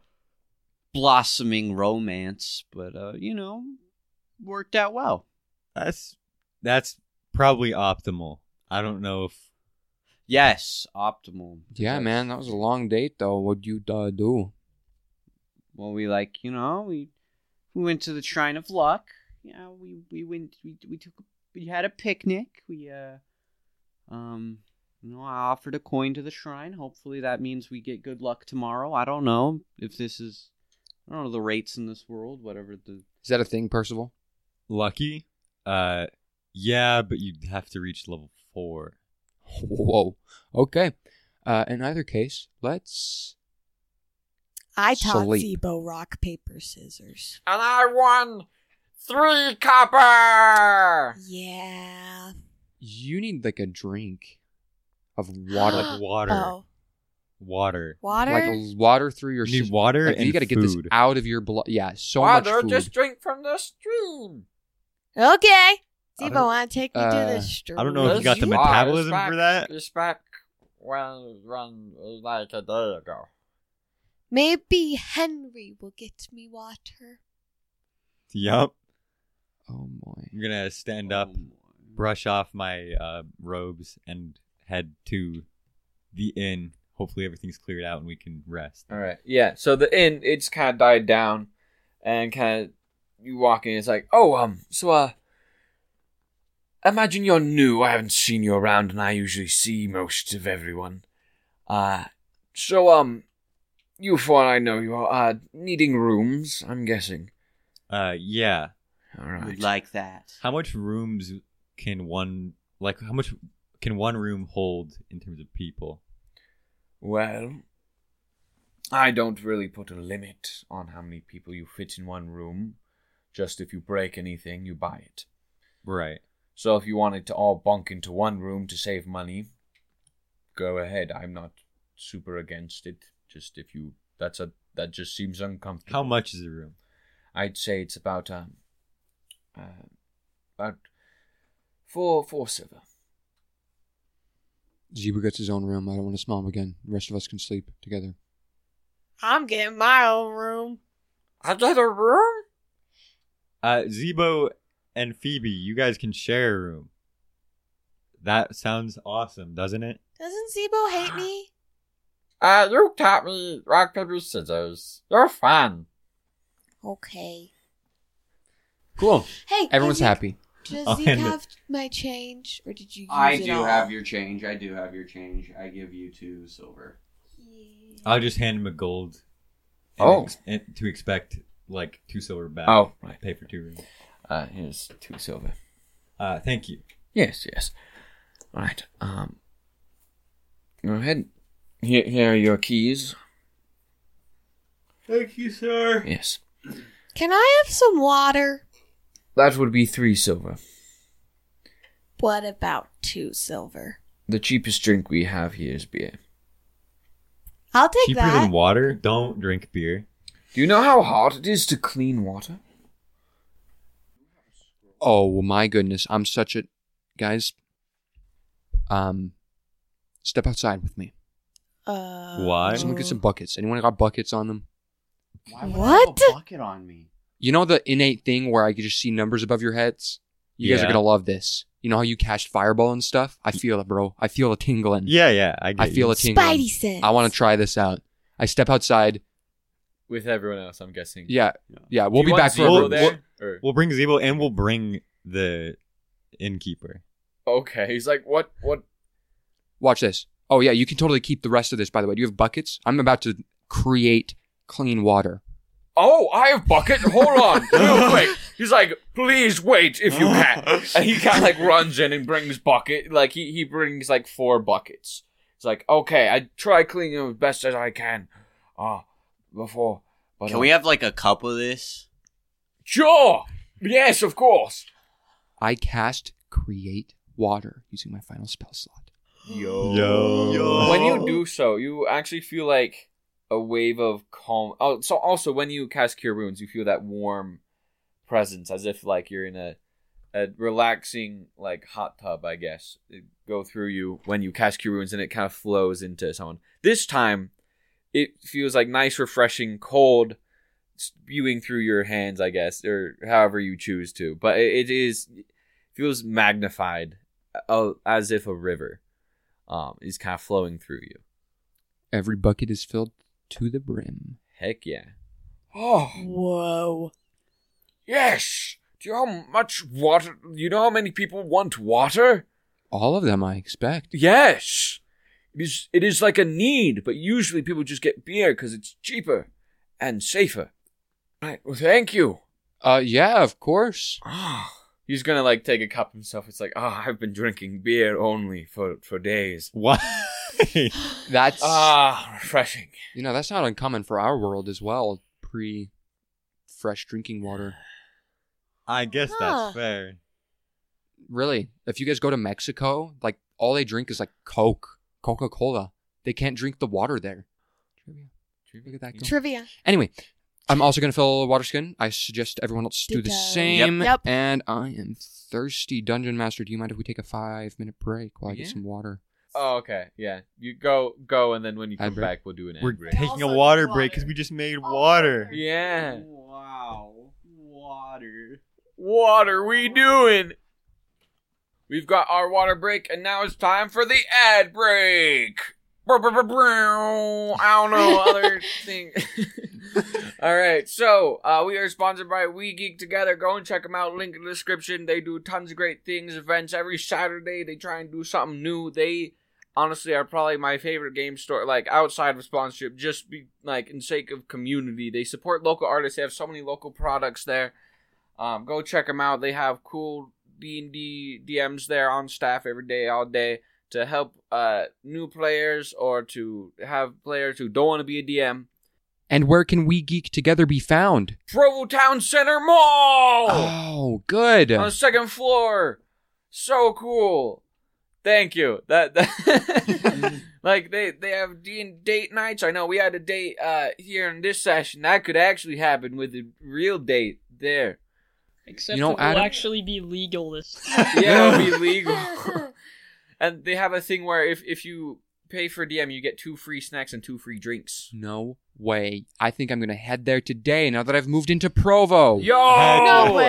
[SPEAKER 5] blossoming romance, but uh, you know, worked out well.
[SPEAKER 1] That's that's probably optimal. I don't know if
[SPEAKER 5] Yes, optimal.
[SPEAKER 4] Yeah,
[SPEAKER 5] Yes.
[SPEAKER 4] man, that was a long date though. What'd you uh, do?
[SPEAKER 5] well we like you know we we went to the shrine of luck yeah we we went we, we took we had a picnic we uh um you know i offered a coin to the shrine hopefully that means we get good luck tomorrow i don't know if this is i don't know the rates in this world whatever the
[SPEAKER 4] Is that a thing, Percival?
[SPEAKER 1] lucky. Uh, yeah, but you'd have to reach level four.
[SPEAKER 4] Whoa. Okay. Uh, in either case, let's.
[SPEAKER 6] I taught
[SPEAKER 4] Sleep.
[SPEAKER 6] Zebo rock, paper, scissors.
[SPEAKER 2] and I won three copper.
[SPEAKER 6] Yeah.
[SPEAKER 4] You need like a drink of
[SPEAKER 1] Water,
[SPEAKER 4] water,
[SPEAKER 1] like water,
[SPEAKER 6] Oh,
[SPEAKER 1] water.
[SPEAKER 6] water?
[SPEAKER 4] like a water through your.
[SPEAKER 1] You need
[SPEAKER 4] sys-
[SPEAKER 1] water
[SPEAKER 4] Like,
[SPEAKER 1] and
[SPEAKER 4] you gotta get this
[SPEAKER 1] food.
[SPEAKER 4] out of your blood. Yeah, so much
[SPEAKER 2] Water,
[SPEAKER 4] food.
[SPEAKER 2] just drink from the stream.
[SPEAKER 6] okay.
[SPEAKER 1] don't-
[SPEAKER 6] Zebo, want to take me to
[SPEAKER 4] uh,
[SPEAKER 6] the street?
[SPEAKER 1] I don't know if Oh, you got the
[SPEAKER 2] Yes, you are.
[SPEAKER 1] metabolism
[SPEAKER 2] It's
[SPEAKER 1] for
[SPEAKER 2] back-
[SPEAKER 1] that.
[SPEAKER 2] It's back when, when like a day ago.
[SPEAKER 3] Maybe Henry will get me water.
[SPEAKER 1] Yup.
[SPEAKER 4] oh my.
[SPEAKER 1] I'm gonna stand
[SPEAKER 5] Oh,
[SPEAKER 1] up,
[SPEAKER 4] Oh.
[SPEAKER 1] brush off my uh, robes, and head to the inn. Hopefully, everything's cleared out and we can rest.
[SPEAKER 2] All right. Yeah. So the inn, it's kind of died down, and kind of you walk in. It's like, oh, um, so uh, imagine you're new. I haven't seen you around, and I usually see most of everyone. Uh, so um, you four, I know you are uh, needing rooms. I'm guessing.
[SPEAKER 1] Uh, yeah.
[SPEAKER 2] All
[SPEAKER 5] would
[SPEAKER 2] right.
[SPEAKER 5] like that
[SPEAKER 1] How much rooms can one like? How much can one room hold in terms of people?
[SPEAKER 2] Well, I don't really put a limit on how many people you fit in one room. Just if you break anything, you buy it.
[SPEAKER 1] Right.
[SPEAKER 2] So if you wanted to all bunk into one room to save money, go ahead. I'm not super against it. Just if you that's a that just seems uncomfortable.
[SPEAKER 1] How much is a room?
[SPEAKER 2] I'd say it's about um uh, about four four silver.
[SPEAKER 4] Zebra gets his own room. I don't want to smell him again. The rest of us can sleep together.
[SPEAKER 3] I'm getting my own room.
[SPEAKER 2] Another room?
[SPEAKER 1] Uh, Zebo and Phoebe, you guys can share a room. That sounds awesome, doesn't it?
[SPEAKER 3] Doesn't Zebo hate me?
[SPEAKER 2] Uh, you taught me rock paper scissors. You're fun.
[SPEAKER 3] Okay.
[SPEAKER 4] Cool.
[SPEAKER 3] Hey, does
[SPEAKER 4] Everyone's
[SPEAKER 3] Zeke-
[SPEAKER 4] happy. Oh,
[SPEAKER 1] I'll
[SPEAKER 3] Does Zeke
[SPEAKER 1] hand it.
[SPEAKER 3] have my change, or did you? Use it all?
[SPEAKER 5] your change i do have your change i give you two silver
[SPEAKER 1] I'll just hand him a gold. and
[SPEAKER 2] Oh.
[SPEAKER 1] ex- and to expect like two silver back.
[SPEAKER 2] Oh, right.
[SPEAKER 1] pay for two rooms.
[SPEAKER 2] Uh, here's two silver.
[SPEAKER 1] Uh, thank you.
[SPEAKER 2] Yes, yes. All right. Um. Go ahead. Here, here are your keys.
[SPEAKER 1] Thank you, sir.
[SPEAKER 2] Yes.
[SPEAKER 3] Can I have some water?
[SPEAKER 2] That would be three silver.
[SPEAKER 7] What about two silver?
[SPEAKER 2] The cheapest drink we have here is beer.
[SPEAKER 7] I'll take
[SPEAKER 8] Cheaper
[SPEAKER 7] that.
[SPEAKER 8] than water? Don't drink beer.
[SPEAKER 2] Do you know how hard it is to clean water?
[SPEAKER 4] Oh well, my goodness, I'm such a guys. Um, step outside with me.
[SPEAKER 7] uh,
[SPEAKER 8] Why?
[SPEAKER 4] Someone get some buckets. Anyone got buckets on them?
[SPEAKER 5] Why would I have a
[SPEAKER 7] What?
[SPEAKER 5] bucket on me?
[SPEAKER 4] You know the innate thing where I could just see numbers above your heads. You guys are
[SPEAKER 8] Yeah.
[SPEAKER 4] gonna love this. You know how you cashed fireball and stuff. I feel it, bro. I feel a tingling.
[SPEAKER 8] Yeah, yeah. I, get
[SPEAKER 4] I feel
[SPEAKER 8] you.
[SPEAKER 4] a tingling.
[SPEAKER 7] Spidey sense.
[SPEAKER 4] I want to try this out. I step outside.
[SPEAKER 2] With everyone else, I'm guessing.
[SPEAKER 4] Yeah, yeah. We'll
[SPEAKER 2] Do
[SPEAKER 4] be
[SPEAKER 2] you want
[SPEAKER 4] back for
[SPEAKER 2] Zero
[SPEAKER 8] Well,
[SPEAKER 2] there. Or-
[SPEAKER 8] We'll bring Zebo and we'll bring the innkeeper.
[SPEAKER 2] okay, he's like, what? What?
[SPEAKER 4] Watch this. Oh yeah, you can totally keep the rest of this. By the way, do you have buckets? I'm about to create clean water.
[SPEAKER 2] Oh, I have bucket. Hold on, real quick. He's like, please wait if you can. And he kind of like runs in and brings bucket. Like he he brings like four buckets. He's like, okay, I try cleaning them as best as I can. Ah, before. But,
[SPEAKER 9] Can
[SPEAKER 2] uh,
[SPEAKER 9] we have like a cup of this?
[SPEAKER 2] Sure. Yes, of course.
[SPEAKER 4] I cast create water using my final spell slot.
[SPEAKER 2] Yo.
[SPEAKER 8] Yo. Yo.
[SPEAKER 2] When you do so, you actually feel like a wave of calm. Oh, so also when you cast Cure Wounds, you feel that warm presence, as if like you're in a a relaxing like hot tub, I guess. It go through you when you cast Cure Wounds, and it kind of flows into someone. This time, it feels like nice, refreshing, cold spewing through your hands, I guess, or however you choose to. But it, it is feels magnified, uh, as if a river um, is kind of flowing through you.
[SPEAKER 4] Every bucket is filled to the brim.
[SPEAKER 2] Heck yeah. Oh,
[SPEAKER 7] Whoa.
[SPEAKER 2] yes. Do you know how much water? You know how many people want water?
[SPEAKER 4] All of them, I expect.
[SPEAKER 2] Yes. It is, it is like a need, but usually people just get beer because it's cheaper and safer. Right. Well, thank you. Ah.
[SPEAKER 4] Uh, yeah, of course.
[SPEAKER 2] He's gonna like take a cup himself. It's like, oh, I've been drinking beer only for, for days.
[SPEAKER 8] Why?
[SPEAKER 4] That's
[SPEAKER 2] Ah, refreshing.
[SPEAKER 4] you know that's not uncommon for our world as well. Pre, fresh drinking water.
[SPEAKER 8] I guess
[SPEAKER 7] Huh.
[SPEAKER 8] that's fair.
[SPEAKER 4] Really, if you guys go to Mexico, like all they drink is like Coke, Coca Cola. They can't drink the water there. Trivia. Look at that. go.
[SPEAKER 7] Trivia.
[SPEAKER 4] Anyway, I'm also gonna fill a water skin. I suggest everyone else do the
[SPEAKER 7] Ditto.
[SPEAKER 4] same.
[SPEAKER 7] Yep. Yep.
[SPEAKER 4] And I am thirsty, Dungeon Master. Do you mind if we take a five minute break while I get
[SPEAKER 2] Yeah.
[SPEAKER 4] some water?
[SPEAKER 2] Oh, okay. Yeah. You go, go, and then when you come
[SPEAKER 4] Ad break.
[SPEAKER 2] back, we'll do an ad
[SPEAKER 8] We're
[SPEAKER 2] break.
[SPEAKER 8] taking a
[SPEAKER 7] also
[SPEAKER 8] water
[SPEAKER 7] need
[SPEAKER 8] break because
[SPEAKER 7] water.
[SPEAKER 8] we just made
[SPEAKER 7] Oh,
[SPEAKER 8] water.
[SPEAKER 7] water.
[SPEAKER 2] yeah.
[SPEAKER 5] Wow, water.
[SPEAKER 2] What are we doing? We've got our water break, and now it's time for the ad break. Brr, brr, brr, brr. I don't know other thing. All right, so uh, we are sponsored by We Geek Together. Go and check them out. Link in the description. They do tons of great things, events every Saturday. They try and do something new. They honestly are probably my favorite game store like outside of sponsorship just be like in sake of community they support local artists they have so many local products there um, go check them out they have cool d&d dms there on staff every day all day to help uh, new players or to have players who don't want to be a dm
[SPEAKER 4] And where can we geek together be found?
[SPEAKER 2] provo town center mall
[SPEAKER 4] Oh, good.
[SPEAKER 2] on the second floor. So cool. Thank you. That, that like they they have D and date nights. I know we had a date uh here in this session that could actually happen with a real date there.
[SPEAKER 10] Except
[SPEAKER 4] You know,
[SPEAKER 10] it will
[SPEAKER 4] Adam-
[SPEAKER 10] actually be legal this
[SPEAKER 2] Yeah, it'll be legal. and they have a thing where if if you pay for DM, you get two free snacks and two free drinks.
[SPEAKER 4] No way. I think I'm going to head there today now that I've moved into Provo.
[SPEAKER 2] Yo,
[SPEAKER 8] No
[SPEAKER 7] way.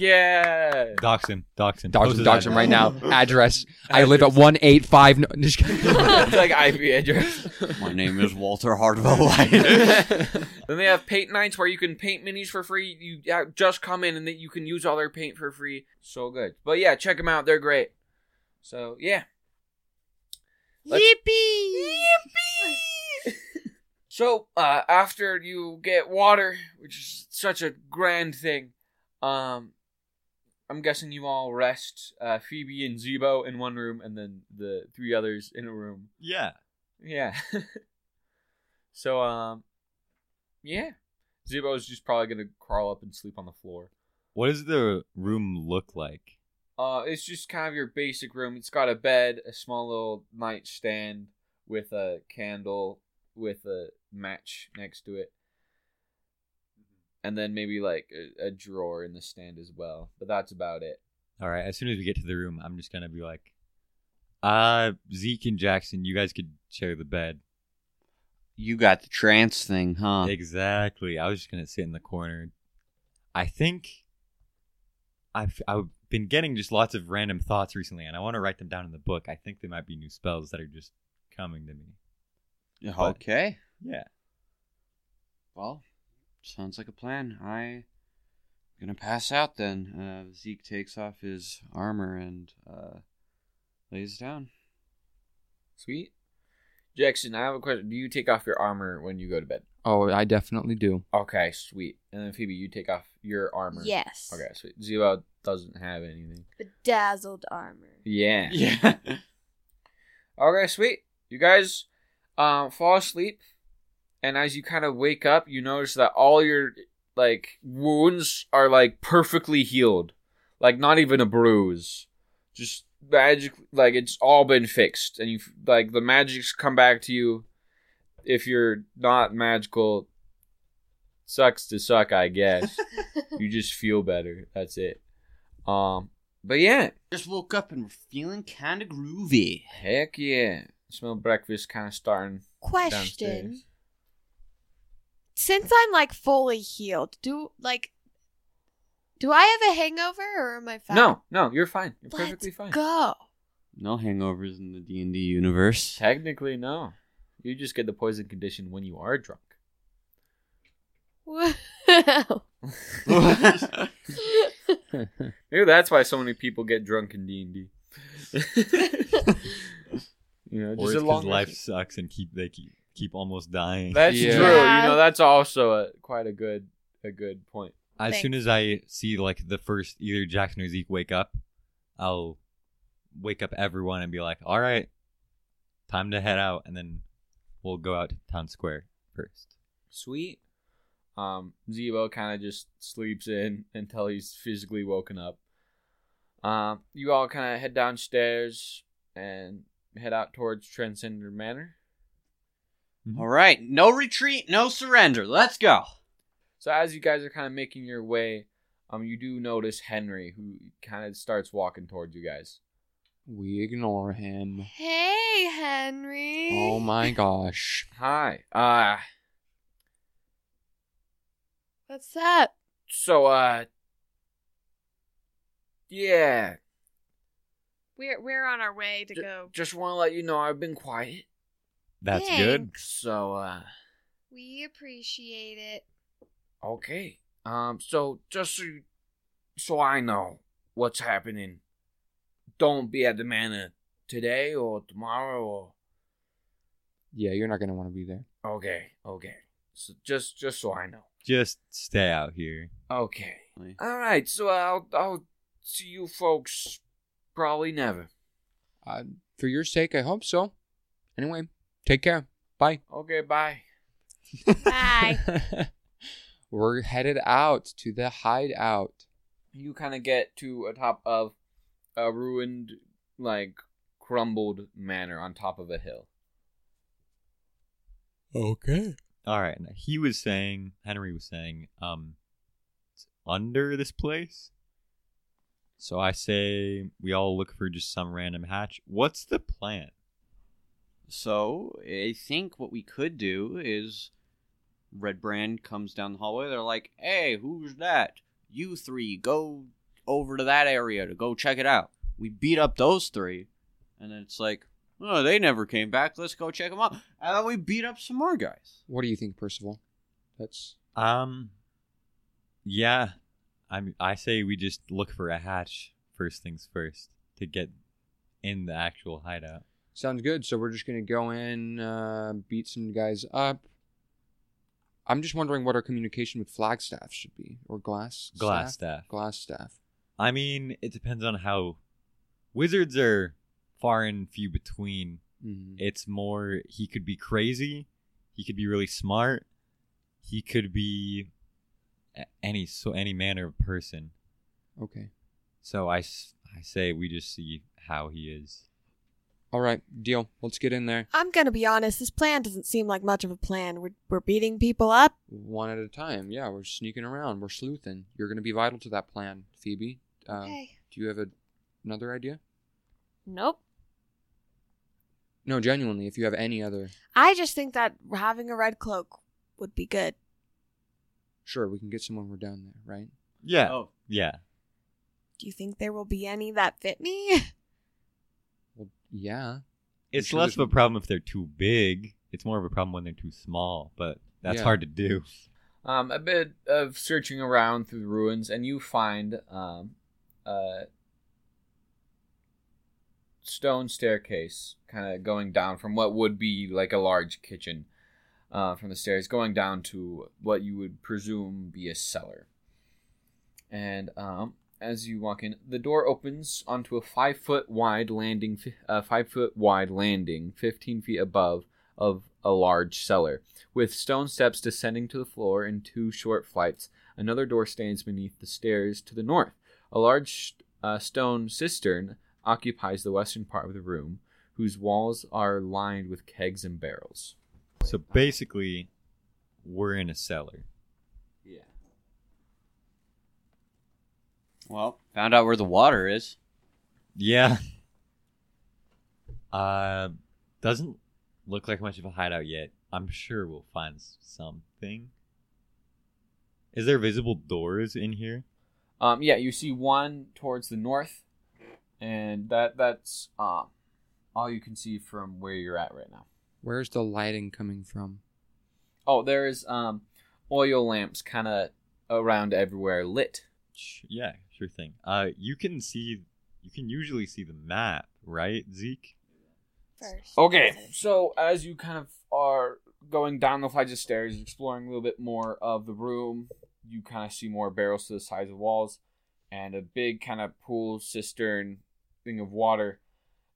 [SPEAKER 2] yeah!
[SPEAKER 8] Dox him. Dox him.
[SPEAKER 4] Dogs
[SPEAKER 8] Post
[SPEAKER 4] and
[SPEAKER 8] his
[SPEAKER 4] dogs
[SPEAKER 8] address.
[SPEAKER 4] right now. Address. I live at 185. No, just kidding.
[SPEAKER 2] it's like IP address.
[SPEAKER 9] My name is Walter Hardwell White.
[SPEAKER 2] then they have paint nights where you can paint minis for free. You yeah, just come in and that you can use all their paint for free. So good. But yeah, check them out. They're great. So yeah. Let's-
[SPEAKER 7] Yippee.
[SPEAKER 2] So uh, after you get water, which is such a grand thing, um, I'm guessing you all rest. Uh, Phoebe and Zebo in one room, and then the three others in a room.
[SPEAKER 8] Yeah.
[SPEAKER 2] Yeah. so um, yeah, Zebo's just probably gonna crawl up and sleep on the floor.
[SPEAKER 8] What does the room look like?
[SPEAKER 2] Uh, it's just kind of your basic room. It's got a bed, a small little nightstand with a candle with a match next to it, and then maybe like a, a drawer in the stand as well. But that's about it.
[SPEAKER 1] All right. As soon as we get to the room, I'm just gonna be like, uh, Zeke and Jackson, you guys could share the bed.
[SPEAKER 5] You got the trance thing, huh?
[SPEAKER 1] Exactly. I was just gonna sit in the corner. I think I've I've been getting just lots of random thoughts recently, and I want to write them down in the book. I think they might be new spells that are just coming to me.
[SPEAKER 5] Okay.
[SPEAKER 1] Yeah.
[SPEAKER 5] Well, sounds like a plan. I gonna pass out then. Uh, Zeke takes off his armor and uh, lays down.
[SPEAKER 2] Sweet. Jackson, I have a question. Do you take off your armor when you go to bed?
[SPEAKER 4] Oh, I definitely do.
[SPEAKER 2] Okay, sweet. And then Phoebe, you take off your armor.
[SPEAKER 3] Yes.
[SPEAKER 2] Okay, sweet. Zebo doesn't have anything.
[SPEAKER 3] Bedazzled armor.
[SPEAKER 2] Yeah.
[SPEAKER 5] Yeah.
[SPEAKER 2] Okay, sweet. You guys um, fall asleep, and as you kind of wake up, you notice that all your like wounds are like perfectly healed, like not even a bruise. Just magic, like it's all been fixed, and you like the magics come back to you. If you're not magical, sucks to suck, I guess. you just feel better. That's it. Um, but yeah,
[SPEAKER 5] Just woke up and we're feeling kind of groovy.
[SPEAKER 2] Heck yeah. Smell breakfast kind of starting
[SPEAKER 3] Question.
[SPEAKER 2] downstairs.
[SPEAKER 3] Since I'm like fully healed, do like do I have a hangover or am I fine?
[SPEAKER 2] No, no, you're fine. You're
[SPEAKER 3] Let's
[SPEAKER 2] perfectly fine.
[SPEAKER 3] Go.
[SPEAKER 5] No hangovers in the D and D universe.
[SPEAKER 2] Technically, no. You just get the poison condition when you are drunk.
[SPEAKER 3] Wow.
[SPEAKER 2] Maybe that's why so many people get drunk in D and D. You know,
[SPEAKER 1] Or
[SPEAKER 2] just
[SPEAKER 1] it's
[SPEAKER 2] a
[SPEAKER 1] 'cause
[SPEAKER 2] long
[SPEAKER 1] life sucks and keep they keep keep almost dying.
[SPEAKER 2] That's
[SPEAKER 4] Yeah.
[SPEAKER 2] true. You
[SPEAKER 3] Yeah.
[SPEAKER 2] know, that's also a, quite a good a good point.
[SPEAKER 1] as soon as I see like the first either Jackson or Zeke wake up, I'll wake up everyone and be like, "All right, time to head out," and then we'll go out to town square first.
[SPEAKER 2] Sweet. Um, Zebo kind of just sleeps in until he's physically woken up. Um, you all kind of head downstairs and head out towards Transcender Manor.
[SPEAKER 5] All right, no retreat, no surrender. Let's go.
[SPEAKER 2] So as you guys are kind of making your way, um, you do notice Henry who kind of starts walking towards you guys.
[SPEAKER 4] We ignore him.
[SPEAKER 3] Hey, Henry.
[SPEAKER 4] Oh my gosh.
[SPEAKER 2] Hi. Uh,
[SPEAKER 3] What's up?
[SPEAKER 2] so uh, yeah,
[SPEAKER 3] We're we're on our way to
[SPEAKER 2] Ju-
[SPEAKER 3] go.
[SPEAKER 2] just want to let you know I've been quiet.
[SPEAKER 1] That's good.
[SPEAKER 3] Thanks.
[SPEAKER 2] So uh,
[SPEAKER 3] We appreciate it.
[SPEAKER 2] Okay. Um. So just so, you- so I know what's happening, don't be at the manor today or tomorrow or.
[SPEAKER 4] Yeah, you're not gonna want to be there.
[SPEAKER 2] Okay. Okay. So just just so I know.
[SPEAKER 1] Just stay out here.
[SPEAKER 2] Okay. All right. So I'll I'll see you folks probably never.
[SPEAKER 4] Uh, for your sake, I hope so. Anyway, take care. Bye.
[SPEAKER 2] Okay. Bye.
[SPEAKER 3] Bye.
[SPEAKER 4] We're headed out to the hideout.
[SPEAKER 2] you kind of get to a top of a ruined, like crumbled manor on top of a hill.
[SPEAKER 1] All right. and He was saying, Henry was saying, um, it's under this place. So I say we all look for just some random hatch. What's the plan?
[SPEAKER 5] So I think what we could do is Red Brand comes down the hallway. They're like, "Hey, who's that? You three, go over to that area to go check it out." We beat up those three, and then it's like, "Oh, they never came back. Let's go check them out." And then we beat up some more guys.
[SPEAKER 4] What do you think, Percival? That's
[SPEAKER 1] Um, yeah, I'm. I say we just look for a hatch first things first to get in the actual hideout.
[SPEAKER 4] sounds good. So we're just gonna go in, uh, beat some guys up. I'm just wondering what our communication with Flagstaff should be, or Glass.
[SPEAKER 1] Glass
[SPEAKER 4] staff?
[SPEAKER 1] staff.
[SPEAKER 4] Glass staff.
[SPEAKER 1] I mean, it depends on how wizards are far and few between.
[SPEAKER 4] Mhm.
[SPEAKER 1] It's more he could be crazy, he could be really smart, he could be a- any so any manner of person.
[SPEAKER 4] Okay.
[SPEAKER 1] So I, s- I say we just see how he is.
[SPEAKER 4] All right, deal. Let's get in there
[SPEAKER 3] I'm gonna be honest. This plan doesn't seem like much of a plan. We're we're beating people up.
[SPEAKER 4] one at a time. Yeah, we're sneaking around. We're sleuthing. You're going to be vital to that plan, Phoebe.
[SPEAKER 2] Um,
[SPEAKER 4] Uh,
[SPEAKER 3] okay.
[SPEAKER 4] Do you have a, another idea?
[SPEAKER 3] Nope.
[SPEAKER 4] No, genuinely. If you have any other,
[SPEAKER 3] I just think that having a red cloak would be good.
[SPEAKER 4] sure, we can get someone. We're down there, right?
[SPEAKER 1] Yeah.
[SPEAKER 5] Oh,
[SPEAKER 1] Yeah.
[SPEAKER 3] Do you think there will be any that fit me?
[SPEAKER 4] Well, yeah.
[SPEAKER 1] It's
[SPEAKER 4] sure
[SPEAKER 1] less of
[SPEAKER 4] there's-
[SPEAKER 1] a problem if they're too big. It's more of a problem when they're too small, but that's
[SPEAKER 4] Yeah.
[SPEAKER 1] hard to do.
[SPEAKER 2] Um, a bit of searching around through the ruins, and you find um, a stone staircase kind of going down from what would be like a large kitchen uh, from the stairs, going down to what you would presume be a cellar. And um, as you walk in, the door opens onto a five foot wide landing, fi- uh, five foot wide landing, fifteen feet above of a large cellar with stone steps descending to the floor in two short flights. Another door stands beneath the stairs to the north. A large uh, stone cistern occupies the western part of the room, whose walls are lined with kegs and barrels.
[SPEAKER 1] So basically, we're in a cellar.
[SPEAKER 5] yeah. Well, found out where the water is.
[SPEAKER 1] Yeah. Uh, doesn't look like much of a hideout yet. I'm sure we'll find s- something. Is there visible doors in here?
[SPEAKER 2] Um, yeah, you see one towards the north, and that that's um, all you can see from where you're at right now.
[SPEAKER 4] Where's the lighting coming from?
[SPEAKER 2] Oh, there is um, oil lamps kind of around everywhere lit.
[SPEAKER 1] Sh- Yeah, sure thing. Uh, you can see, you can usually see the map, right, Zeke?
[SPEAKER 3] First.
[SPEAKER 2] Okay, so as you kind of are going down the flights of stairs, exploring a little bit more of the room, you kind of see more barrels to the sides of walls and a big kind of pool cistern thing of water.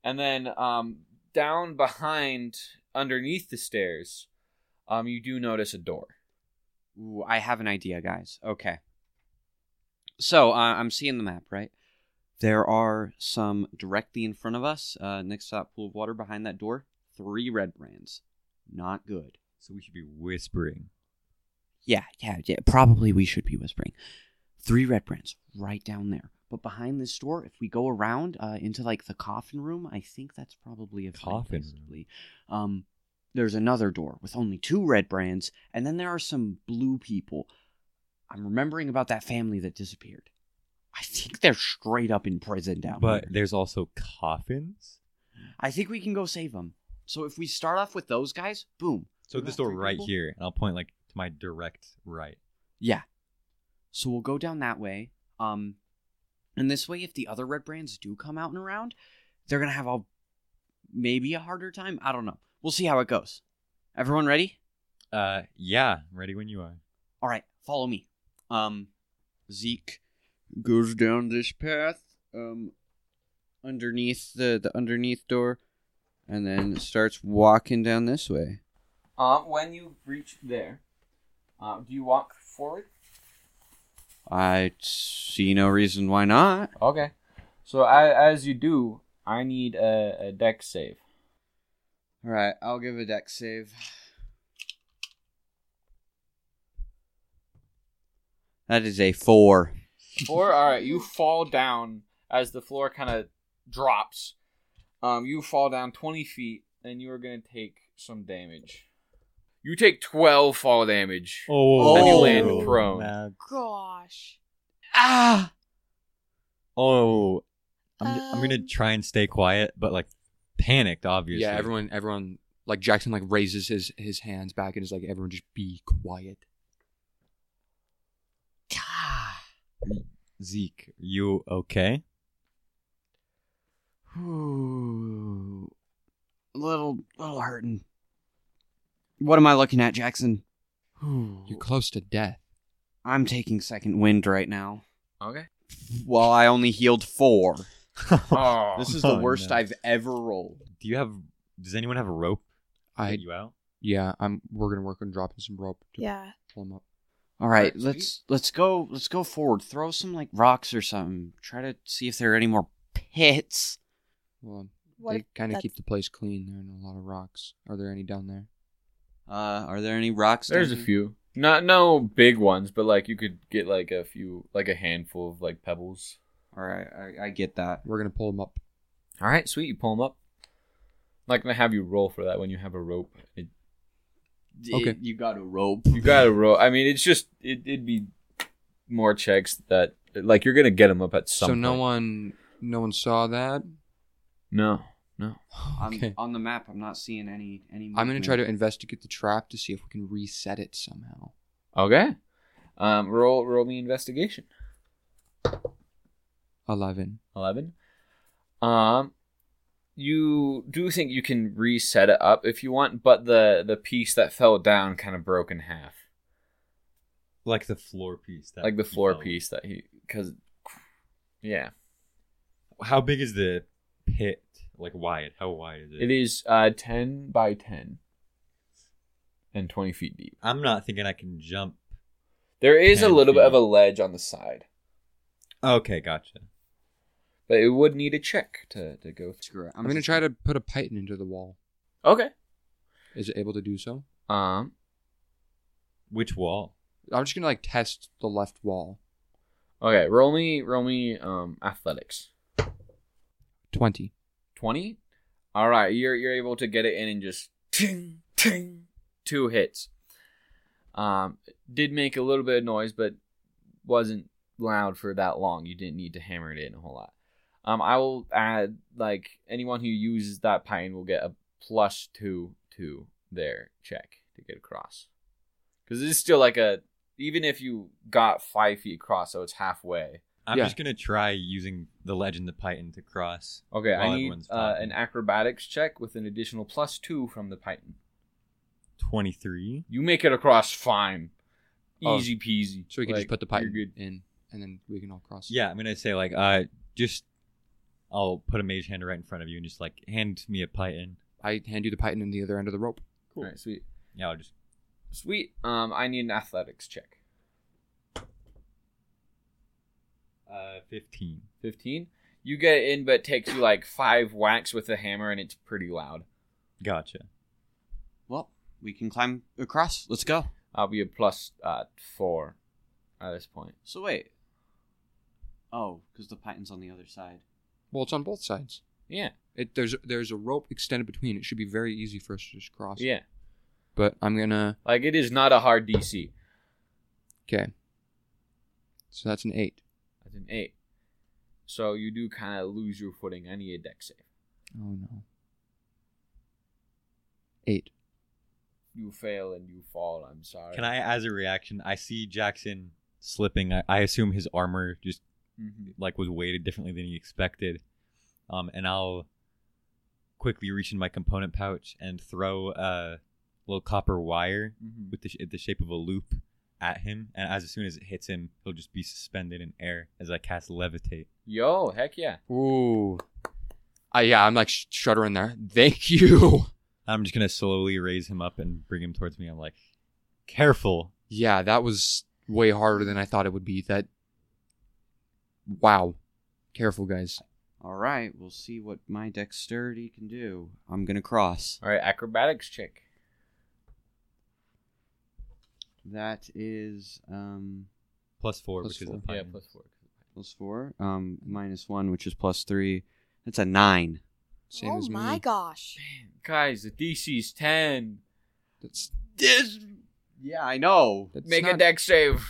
[SPEAKER 2] And then um, down behind, underneath the stairs, um, you do notice a door.
[SPEAKER 5] Ooh, I have an idea, guys. Okay. So uh, I'm seeing the map, right? There are some directly in front of us, uh, next to that pool of water behind that door. Three red brands. Not good.
[SPEAKER 1] So we should be whispering.
[SPEAKER 5] Yeah, yeah, yeah. Probably we should be whispering. Three red brands right down there. But behind this door, if we go around uh, into like the coffin room, I think that's probably a fine
[SPEAKER 1] Coffin
[SPEAKER 5] place to
[SPEAKER 1] room.
[SPEAKER 5] be. Um, there's another door with only two red brands, and then there are some blue people. I'm remembering about that family that disappeared. I think they're straight up in prison down
[SPEAKER 1] But
[SPEAKER 5] there.
[SPEAKER 1] there's also coffins.
[SPEAKER 5] I think we can go save them. So if we start off with those guys, boom.
[SPEAKER 1] So
[SPEAKER 5] We
[SPEAKER 1] this
[SPEAKER 5] got
[SPEAKER 1] door
[SPEAKER 5] three
[SPEAKER 1] right
[SPEAKER 5] people.
[SPEAKER 1] here, and I'll point like to my direct right.
[SPEAKER 5] Yeah. So we'll go down that way. Um and this way if the other red brands do come out and around, they're going to have a maybe a harder time. I don't know. We'll see how it goes. Everyone ready?
[SPEAKER 1] Uh, yeah, ready when you are.
[SPEAKER 5] All right, follow me. Um Zeke goes down this path um underneath the the underneath door and then starts walking down this way.
[SPEAKER 2] Um, when you reach there, uh, do you walk forward?
[SPEAKER 5] I see no reason why not.
[SPEAKER 2] Okay. So I, as you do, I need a, a deck save.
[SPEAKER 5] All right, I'll give a deck save. That is a four.
[SPEAKER 2] Or all right, you fall down as the floor kind of drops. Um, you fall down twenty feet, and you are gonna take some damage. You take twelve fall damage.
[SPEAKER 1] Oh,
[SPEAKER 2] Then you land prone.
[SPEAKER 3] Gosh.
[SPEAKER 5] Ah!
[SPEAKER 1] Oh, I'm, I'm gonna
[SPEAKER 3] Um,
[SPEAKER 1] try and stay quiet, but like panicked, obviously.
[SPEAKER 4] Yeah, everyone, everyone, like Jackson, like raises his his hands back and is like, everyone, just be quiet.
[SPEAKER 1] Zeke, you okay?
[SPEAKER 5] Ooh. little, little hurting. What am I looking at, Jackson? Ooh.
[SPEAKER 1] Oh.
[SPEAKER 4] You're close to death.
[SPEAKER 5] I'm taking second wind right now.
[SPEAKER 2] Okay.
[SPEAKER 5] Well, I only healed four.
[SPEAKER 2] Oh.
[SPEAKER 5] This is the
[SPEAKER 1] Oh,
[SPEAKER 5] worst
[SPEAKER 1] no.
[SPEAKER 5] I've ever rolled.
[SPEAKER 1] Do you have? Does anyone have a rope? to get
[SPEAKER 4] I
[SPEAKER 1] you out?
[SPEAKER 4] yeah, I'm. We're gonna work on dropping some rope to
[SPEAKER 11] Yeah.
[SPEAKER 4] pull him up.
[SPEAKER 5] All right, let's let's go let's go forward. Throw some like rocks or something. Try to see if there are any more hits.
[SPEAKER 4] Well,
[SPEAKER 3] What
[SPEAKER 4] they kind of
[SPEAKER 3] that's-
[SPEAKER 4] keep the place clean. There are a lot of rocks. Are there any down there?
[SPEAKER 5] Uh, are there any rocks?
[SPEAKER 2] There's a
[SPEAKER 5] down here?
[SPEAKER 2] few. Not no big ones, but like you could get like a few, like a handful of like pebbles.
[SPEAKER 5] All right, I, I get that.
[SPEAKER 4] We're gonna pull them up.
[SPEAKER 2] All right, sweet. You pull them up. I'm not gonna have you roll for that when you have a rope. It,
[SPEAKER 4] Okay.
[SPEAKER 12] You got a rope.
[SPEAKER 2] you gotta roll. I mean, it's just it, it'd be more checks that like you're gonna get them up at some.
[SPEAKER 4] so no
[SPEAKER 2] point.
[SPEAKER 4] one, no one saw that.
[SPEAKER 2] No, no.
[SPEAKER 5] I'm,
[SPEAKER 4] Okay.
[SPEAKER 5] On the map, I'm not seeing any any.
[SPEAKER 4] I'm gonna
[SPEAKER 5] movement.
[SPEAKER 4] try to investigate the trap to see if we can reset it somehow.
[SPEAKER 2] Okay. Um, roll roll me investigation.
[SPEAKER 4] Eleven.
[SPEAKER 2] 11 um you do think you can reset it up if you want but the the piece that fell down kind of broke in half
[SPEAKER 1] Like the floor piece. That
[SPEAKER 2] like the
[SPEAKER 1] he
[SPEAKER 2] floor
[SPEAKER 1] fell in.
[SPEAKER 2] piece that he because yeah
[SPEAKER 1] How big is the pit? Like wide? How wide is it?
[SPEAKER 2] it is uh 10 by 10 and 20 feet deep
[SPEAKER 1] I'm not thinking I can jump.
[SPEAKER 2] there is a
[SPEAKER 1] 10
[SPEAKER 2] little bit
[SPEAKER 1] feet.
[SPEAKER 2] of a ledge on the side
[SPEAKER 1] Okay, gotcha.
[SPEAKER 2] but it would need a check to, to go through
[SPEAKER 5] Screw it.
[SPEAKER 4] I'm, gonna
[SPEAKER 5] just-
[SPEAKER 4] try to put a python into the wall.
[SPEAKER 2] okay
[SPEAKER 4] Is it able to do so?
[SPEAKER 2] um
[SPEAKER 1] Which wall?
[SPEAKER 4] I'm just gonna like test the left wall.
[SPEAKER 2] okay roll me roll me um athletics
[SPEAKER 4] Twenty.
[SPEAKER 2] 20 all right you're you're able to get it in and just ting ting two hits um did make a little bit of noise but wasn't loud for that long you didn't need to hammer it in a whole lot um i will add like anyone who uses that pine will get a plus two to their check to get across because it's still like a even if you got five feet across so it's halfway
[SPEAKER 1] I'm
[SPEAKER 4] Yeah.
[SPEAKER 1] just gonna try using the ledge and the python to cross.
[SPEAKER 2] Okay,
[SPEAKER 1] while
[SPEAKER 2] I need
[SPEAKER 1] everyone's
[SPEAKER 2] uh,
[SPEAKER 1] talking.
[SPEAKER 2] an acrobatics check with an additional plus two from the Python.
[SPEAKER 1] Twenty-three.
[SPEAKER 2] You make it across fine,
[SPEAKER 4] Oh,
[SPEAKER 2] easy peasy.
[SPEAKER 4] So we can
[SPEAKER 2] Like,
[SPEAKER 4] just put the
[SPEAKER 2] you're
[SPEAKER 4] python
[SPEAKER 2] good.
[SPEAKER 4] in, and then we can all cross.
[SPEAKER 1] Yeah, I'm gonna say like uh just I'll put a mage hand right in front of you and just like hand me a python.
[SPEAKER 4] I hand you the python in the other end of the rope.
[SPEAKER 2] All right, sweet,
[SPEAKER 1] Yeah, I'll just
[SPEAKER 2] sweet. Um, I need an athletics check.
[SPEAKER 1] uh fifteen.
[SPEAKER 2] Fifteen. You get it in, but it takes you like five whacks with the hammer, and it's pretty loud.
[SPEAKER 1] Gotcha.
[SPEAKER 5] Well, we can climb across. Let's go.
[SPEAKER 2] I'll be a plus uh, four at this point.
[SPEAKER 5] So wait. Oh, because the python's on the other side.
[SPEAKER 4] Well, it's on both sides.
[SPEAKER 2] Yeah,
[SPEAKER 4] It, there's there's a rope extended between. It should be very easy for us to just cross.
[SPEAKER 2] yeah.
[SPEAKER 4] But I'm gonna.
[SPEAKER 2] Like it is not a hard DC.
[SPEAKER 4] Okay. So that's an eight.
[SPEAKER 2] That's an eight. So you do kind of lose your footing. I need a deck save.
[SPEAKER 4] Oh no. Eight.
[SPEAKER 2] You fail and you fall. I'm sorry.
[SPEAKER 1] Can I as a reaction, I see Jackson slipping. I, I assume his armor just
[SPEAKER 2] Mhm.
[SPEAKER 1] like was weighted differently than he expected. Um, and I'll quickly reach in my component pouch and throw a little copper wire
[SPEAKER 4] Mm-hmm.
[SPEAKER 2] Mhm.
[SPEAKER 1] with the, sh- the shape of a loop at him. And as soon as it hits him, he'll just be suspended in air as I cast levitate.
[SPEAKER 2] Yo, heck yeah.
[SPEAKER 4] Ooh. Uh, yeah, I'm like sh- shuddering there. Thank you.
[SPEAKER 1] I'm just gonna slowly raise him up and bring him towards me. I'm like, careful.
[SPEAKER 4] Yeah, that was way harder than I thought it would be. That. Wow. Careful, guys.
[SPEAKER 5] All right, we'll see what my dexterity can do. I'm gonna cross.
[SPEAKER 2] All right, acrobatics check.
[SPEAKER 5] That is um
[SPEAKER 1] Plus four
[SPEAKER 4] Plus
[SPEAKER 1] because
[SPEAKER 4] four.
[SPEAKER 1] of the
[SPEAKER 2] Yeah,
[SPEAKER 1] python.
[SPEAKER 2] plus four.
[SPEAKER 5] plus four, um minus one, which is plus three. That's a nine.
[SPEAKER 4] Same
[SPEAKER 3] oh
[SPEAKER 4] as
[SPEAKER 3] my
[SPEAKER 4] me.
[SPEAKER 3] gosh.
[SPEAKER 2] Guys, the DC's 10.
[SPEAKER 4] That's,
[SPEAKER 5] This. Yeah, I know.
[SPEAKER 4] that's
[SPEAKER 2] Make a
[SPEAKER 4] not-
[SPEAKER 2] deck save.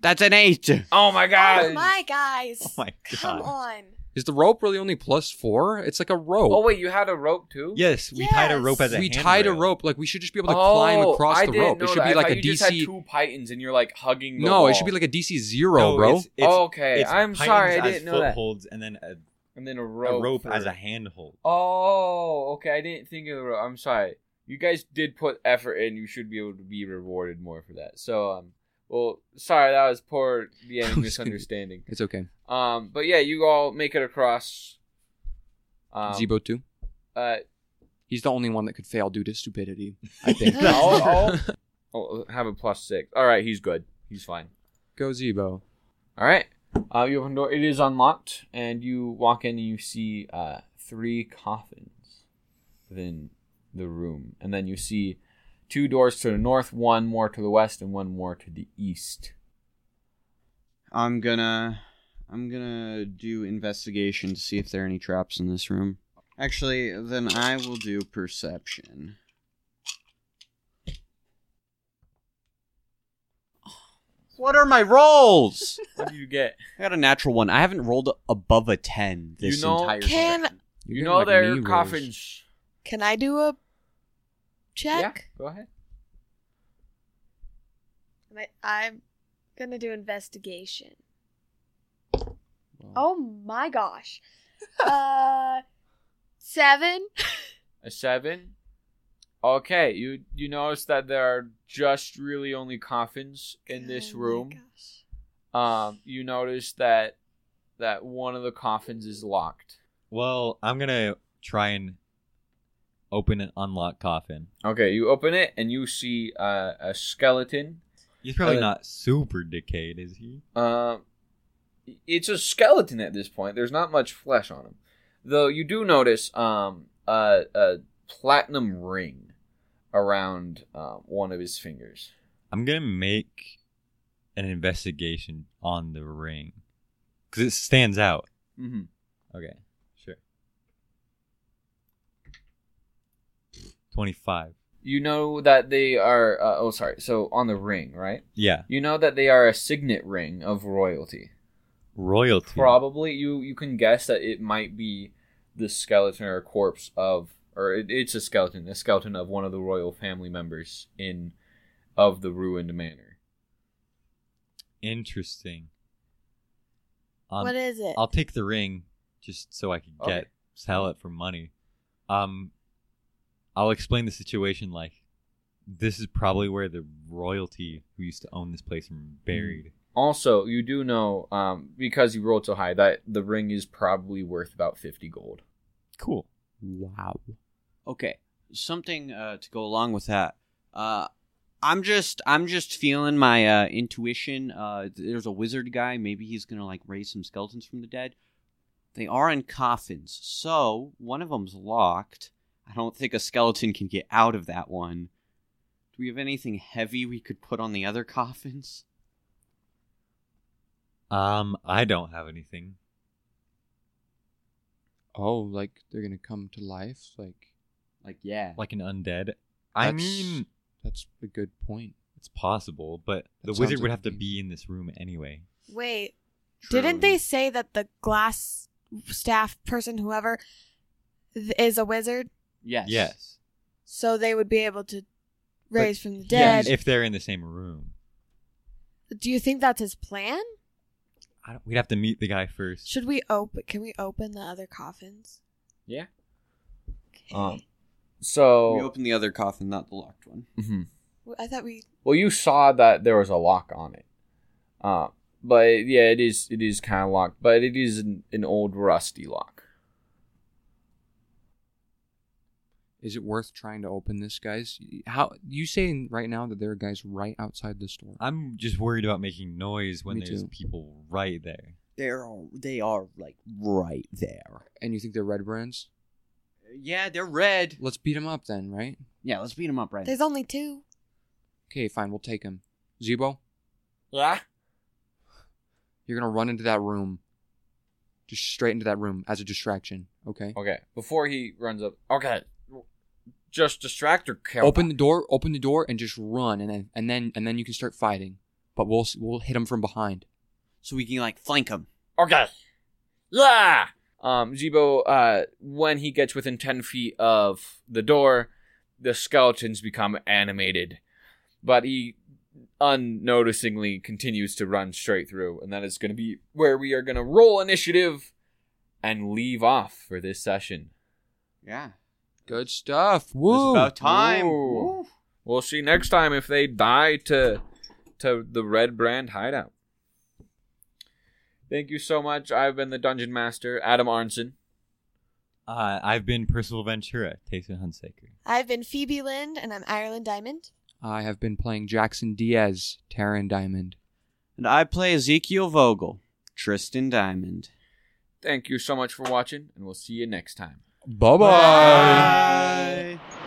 [SPEAKER 5] That's an eight.
[SPEAKER 2] oh my god.
[SPEAKER 3] Oh my guys.
[SPEAKER 1] Oh my
[SPEAKER 3] Come
[SPEAKER 1] god.
[SPEAKER 3] on.
[SPEAKER 4] Is the rope really only plus four? It's like a rope.
[SPEAKER 2] Oh, wait, you had a rope too?
[SPEAKER 1] Yes, we tied a rope as a
[SPEAKER 4] we tied a
[SPEAKER 1] handrail.
[SPEAKER 4] rope. Like we should just be able to
[SPEAKER 2] Oh,
[SPEAKER 4] climb across
[SPEAKER 2] I
[SPEAKER 4] the
[SPEAKER 2] didn't
[SPEAKER 4] rope.
[SPEAKER 2] Know
[SPEAKER 4] It should
[SPEAKER 2] that. I
[SPEAKER 4] be like
[SPEAKER 2] thought
[SPEAKER 4] a
[SPEAKER 2] you just had
[SPEAKER 4] DC.
[SPEAKER 2] two pythons and you're like hugging the
[SPEAKER 4] No, it should
[SPEAKER 2] wall.
[SPEAKER 4] be like a DC zero,
[SPEAKER 1] No,
[SPEAKER 4] bro.
[SPEAKER 1] it's- it's-
[SPEAKER 2] okay,
[SPEAKER 1] it's
[SPEAKER 2] I'm sorry, I
[SPEAKER 1] pythons as
[SPEAKER 2] didn't know that.
[SPEAKER 1] Footholds and then a
[SPEAKER 2] And then a
[SPEAKER 1] a
[SPEAKER 2] rope.
[SPEAKER 1] rope, as
[SPEAKER 2] for-
[SPEAKER 1] a handhold.
[SPEAKER 2] Oh, okay, I didn't think of the rope. I'm sorry. You guys did put effort in. You should be able to be rewarded more for that. So, um, well, sorry, that was poor the
[SPEAKER 4] I
[SPEAKER 2] end
[SPEAKER 4] was gonna-
[SPEAKER 2] misunderstanding.
[SPEAKER 4] It's okay.
[SPEAKER 2] Um, but yeah, you all make it across. Um,
[SPEAKER 4] Zebo too.
[SPEAKER 2] Uh,
[SPEAKER 4] He's the only one that could fail due to stupidity. I think.
[SPEAKER 2] I'll, I'll, I'll have a plus six. All right, he's good. He's fine.
[SPEAKER 4] Go Zebo.
[SPEAKER 2] All right. Uh, you open the door. It is unlocked, and you walk in and you see uh, three coffins within the room, and then you see two doors to the north, one more to the west, and one more to the east.
[SPEAKER 5] I'm gonna I'm gonna do investigation to see if there are any traps in this room. Actually, then I will do perception. What are my rolls?
[SPEAKER 2] What do you get?
[SPEAKER 5] I got a natural one. I haven't rolled above a ten this
[SPEAKER 2] You know-
[SPEAKER 5] entire
[SPEAKER 3] Can-
[SPEAKER 5] session.
[SPEAKER 2] You
[SPEAKER 4] You're
[SPEAKER 2] know
[SPEAKER 4] getting, like,
[SPEAKER 2] there
[SPEAKER 4] knee
[SPEAKER 2] are
[SPEAKER 4] rolls.
[SPEAKER 2] coffins.
[SPEAKER 3] Can I do a check?
[SPEAKER 2] Yeah, go ahead.
[SPEAKER 3] Am I- I'm gonna do investigation. Oh my gosh. uh, seven.
[SPEAKER 2] A seven. Okay, you you notice that there are just really only coffins in this
[SPEAKER 3] Oh my
[SPEAKER 2] room.
[SPEAKER 3] gosh.
[SPEAKER 2] Um, you notice that that one of the coffins is locked.
[SPEAKER 1] Well, I'm gonna try and open an unlock coffin.
[SPEAKER 2] Okay, you open it and you see uh, a skeleton.
[SPEAKER 1] He's probably
[SPEAKER 2] Uh,
[SPEAKER 1] not super decayed, is he?
[SPEAKER 2] Um, it's a skeleton at this point. There's not much flesh on him, though. You do notice um a, a platinum ring around uh, one of his fingers.
[SPEAKER 1] I'm gonna make an investigation on the ring because it stands out.
[SPEAKER 2] Mm-hmm.
[SPEAKER 1] Okay, sure. Twenty-five.
[SPEAKER 2] You know that they are. Uh, oh, sorry. So on the ring, right?
[SPEAKER 1] Yeah,
[SPEAKER 2] You know that they are a signet ring of royalty.
[SPEAKER 1] royalty.
[SPEAKER 2] Probably you you can guess that it might be the skeleton or corpse of or it, it's a skeleton, a skeleton of one of the royal family members in of the ruined manor.
[SPEAKER 1] Interesting. Um,
[SPEAKER 3] what is it?
[SPEAKER 1] I'll take the ring just so I can
[SPEAKER 2] Okay.
[SPEAKER 1] get sell it for money. Um, I'll explain the situation like this is probably where the royalty who used to own this place are
[SPEAKER 4] Hmm.
[SPEAKER 1] buried.
[SPEAKER 2] Also, you do know um, because you rolled so high that the ring is probably worth about fifty gold.
[SPEAKER 1] Cool.
[SPEAKER 4] Wow.
[SPEAKER 5] Okay, something uh, to go along with that. Uh, I'm just I'm just feeling my uh, intuition. Uh, there's a wizard guy. Maybe he's gonna like raise some skeletons from the dead. They are in coffins, so one of them's locked. I don't think a skeleton can get out of that one. Do we have anything heavy we could put on the other coffins?
[SPEAKER 1] Um, I don't have anything.
[SPEAKER 4] Oh, like they're gonna come to life. Like
[SPEAKER 5] Like yeah,
[SPEAKER 1] Like an undead. I
[SPEAKER 4] That's-
[SPEAKER 1] mean,
[SPEAKER 4] that's a good point.
[SPEAKER 1] it's possible, but
[SPEAKER 4] That
[SPEAKER 1] the
[SPEAKER 4] sounds
[SPEAKER 1] wizard would
[SPEAKER 4] like
[SPEAKER 1] have to
[SPEAKER 4] a game.
[SPEAKER 1] be in this room anyway.
[SPEAKER 3] Wait, didn't they say that the glass staff person, whoever, th- is a wizard?
[SPEAKER 5] Yes.
[SPEAKER 1] Yes.
[SPEAKER 3] So they would be able to raise from the
[SPEAKER 1] Yeah,
[SPEAKER 3] dead.
[SPEAKER 1] if they're in the same room.
[SPEAKER 3] Do you think that's his plan?
[SPEAKER 1] I don't, we'd have to meet the guy first.
[SPEAKER 3] Should we open? Can we open the other coffins?
[SPEAKER 2] Yeah.
[SPEAKER 3] Okay.
[SPEAKER 2] Um, So
[SPEAKER 5] We open the other coffin, not the locked one.
[SPEAKER 2] Mhm.
[SPEAKER 3] Well, I thought we.
[SPEAKER 2] Well, you saw that there was a lock on it, uh, but yeah, it is it is kind of locked, but it is an, an old rusty lock.
[SPEAKER 4] Is it worth trying to open this, guys? How you saying right now that there are guys right outside the store?
[SPEAKER 1] I'm just worried about making noise when
[SPEAKER 4] Me
[SPEAKER 1] there's
[SPEAKER 4] too.
[SPEAKER 1] people right there.
[SPEAKER 5] They're they are like right there.
[SPEAKER 4] And you think they're red brands?
[SPEAKER 5] Yeah, they're red.
[SPEAKER 4] Let's beat them up then, right?
[SPEAKER 5] Yeah, let's beat him up right
[SPEAKER 3] There's only two.
[SPEAKER 4] Okay, fine. We'll take them. Zebo,
[SPEAKER 2] Yeah.
[SPEAKER 4] you're gonna run into that room, just straight into that room as a distraction. Okay.
[SPEAKER 2] Okay. Before he runs up. Okay. Just distract or kill.
[SPEAKER 4] Open the door. Open the door and just run, and then and then and then you can start fighting. But we'll s- we'll hit them from behind.
[SPEAKER 5] so we can like flank him.
[SPEAKER 2] Okay. Yeah. Um, Zebo. Uh, when he gets within ten feet of the door, the skeletons become animated, but he unnoticingly continues to run straight through, and that is going to be where we are going to roll initiative and leave off for this session.
[SPEAKER 5] Yeah.
[SPEAKER 4] Good stuff. Woo.
[SPEAKER 5] It's about time.
[SPEAKER 2] Woo. We'll see next time if they die to to the red brand hideout. Thank you so much. I've been the Dungeon Master, Adam Arnson.
[SPEAKER 1] Uh, I've been Percival Ventura, Taysom Hunsaker.
[SPEAKER 3] I've been Phoebe Lind, and I'm Ireland Diamond.
[SPEAKER 4] I have been playing Jackson Diaz, Taryn Diamond.
[SPEAKER 5] And I play Ezekiel Vogel. Tristan Diamond.
[SPEAKER 2] Thank you so much for watching, and we'll see you next time.
[SPEAKER 4] Bye-bye.
[SPEAKER 5] Bye.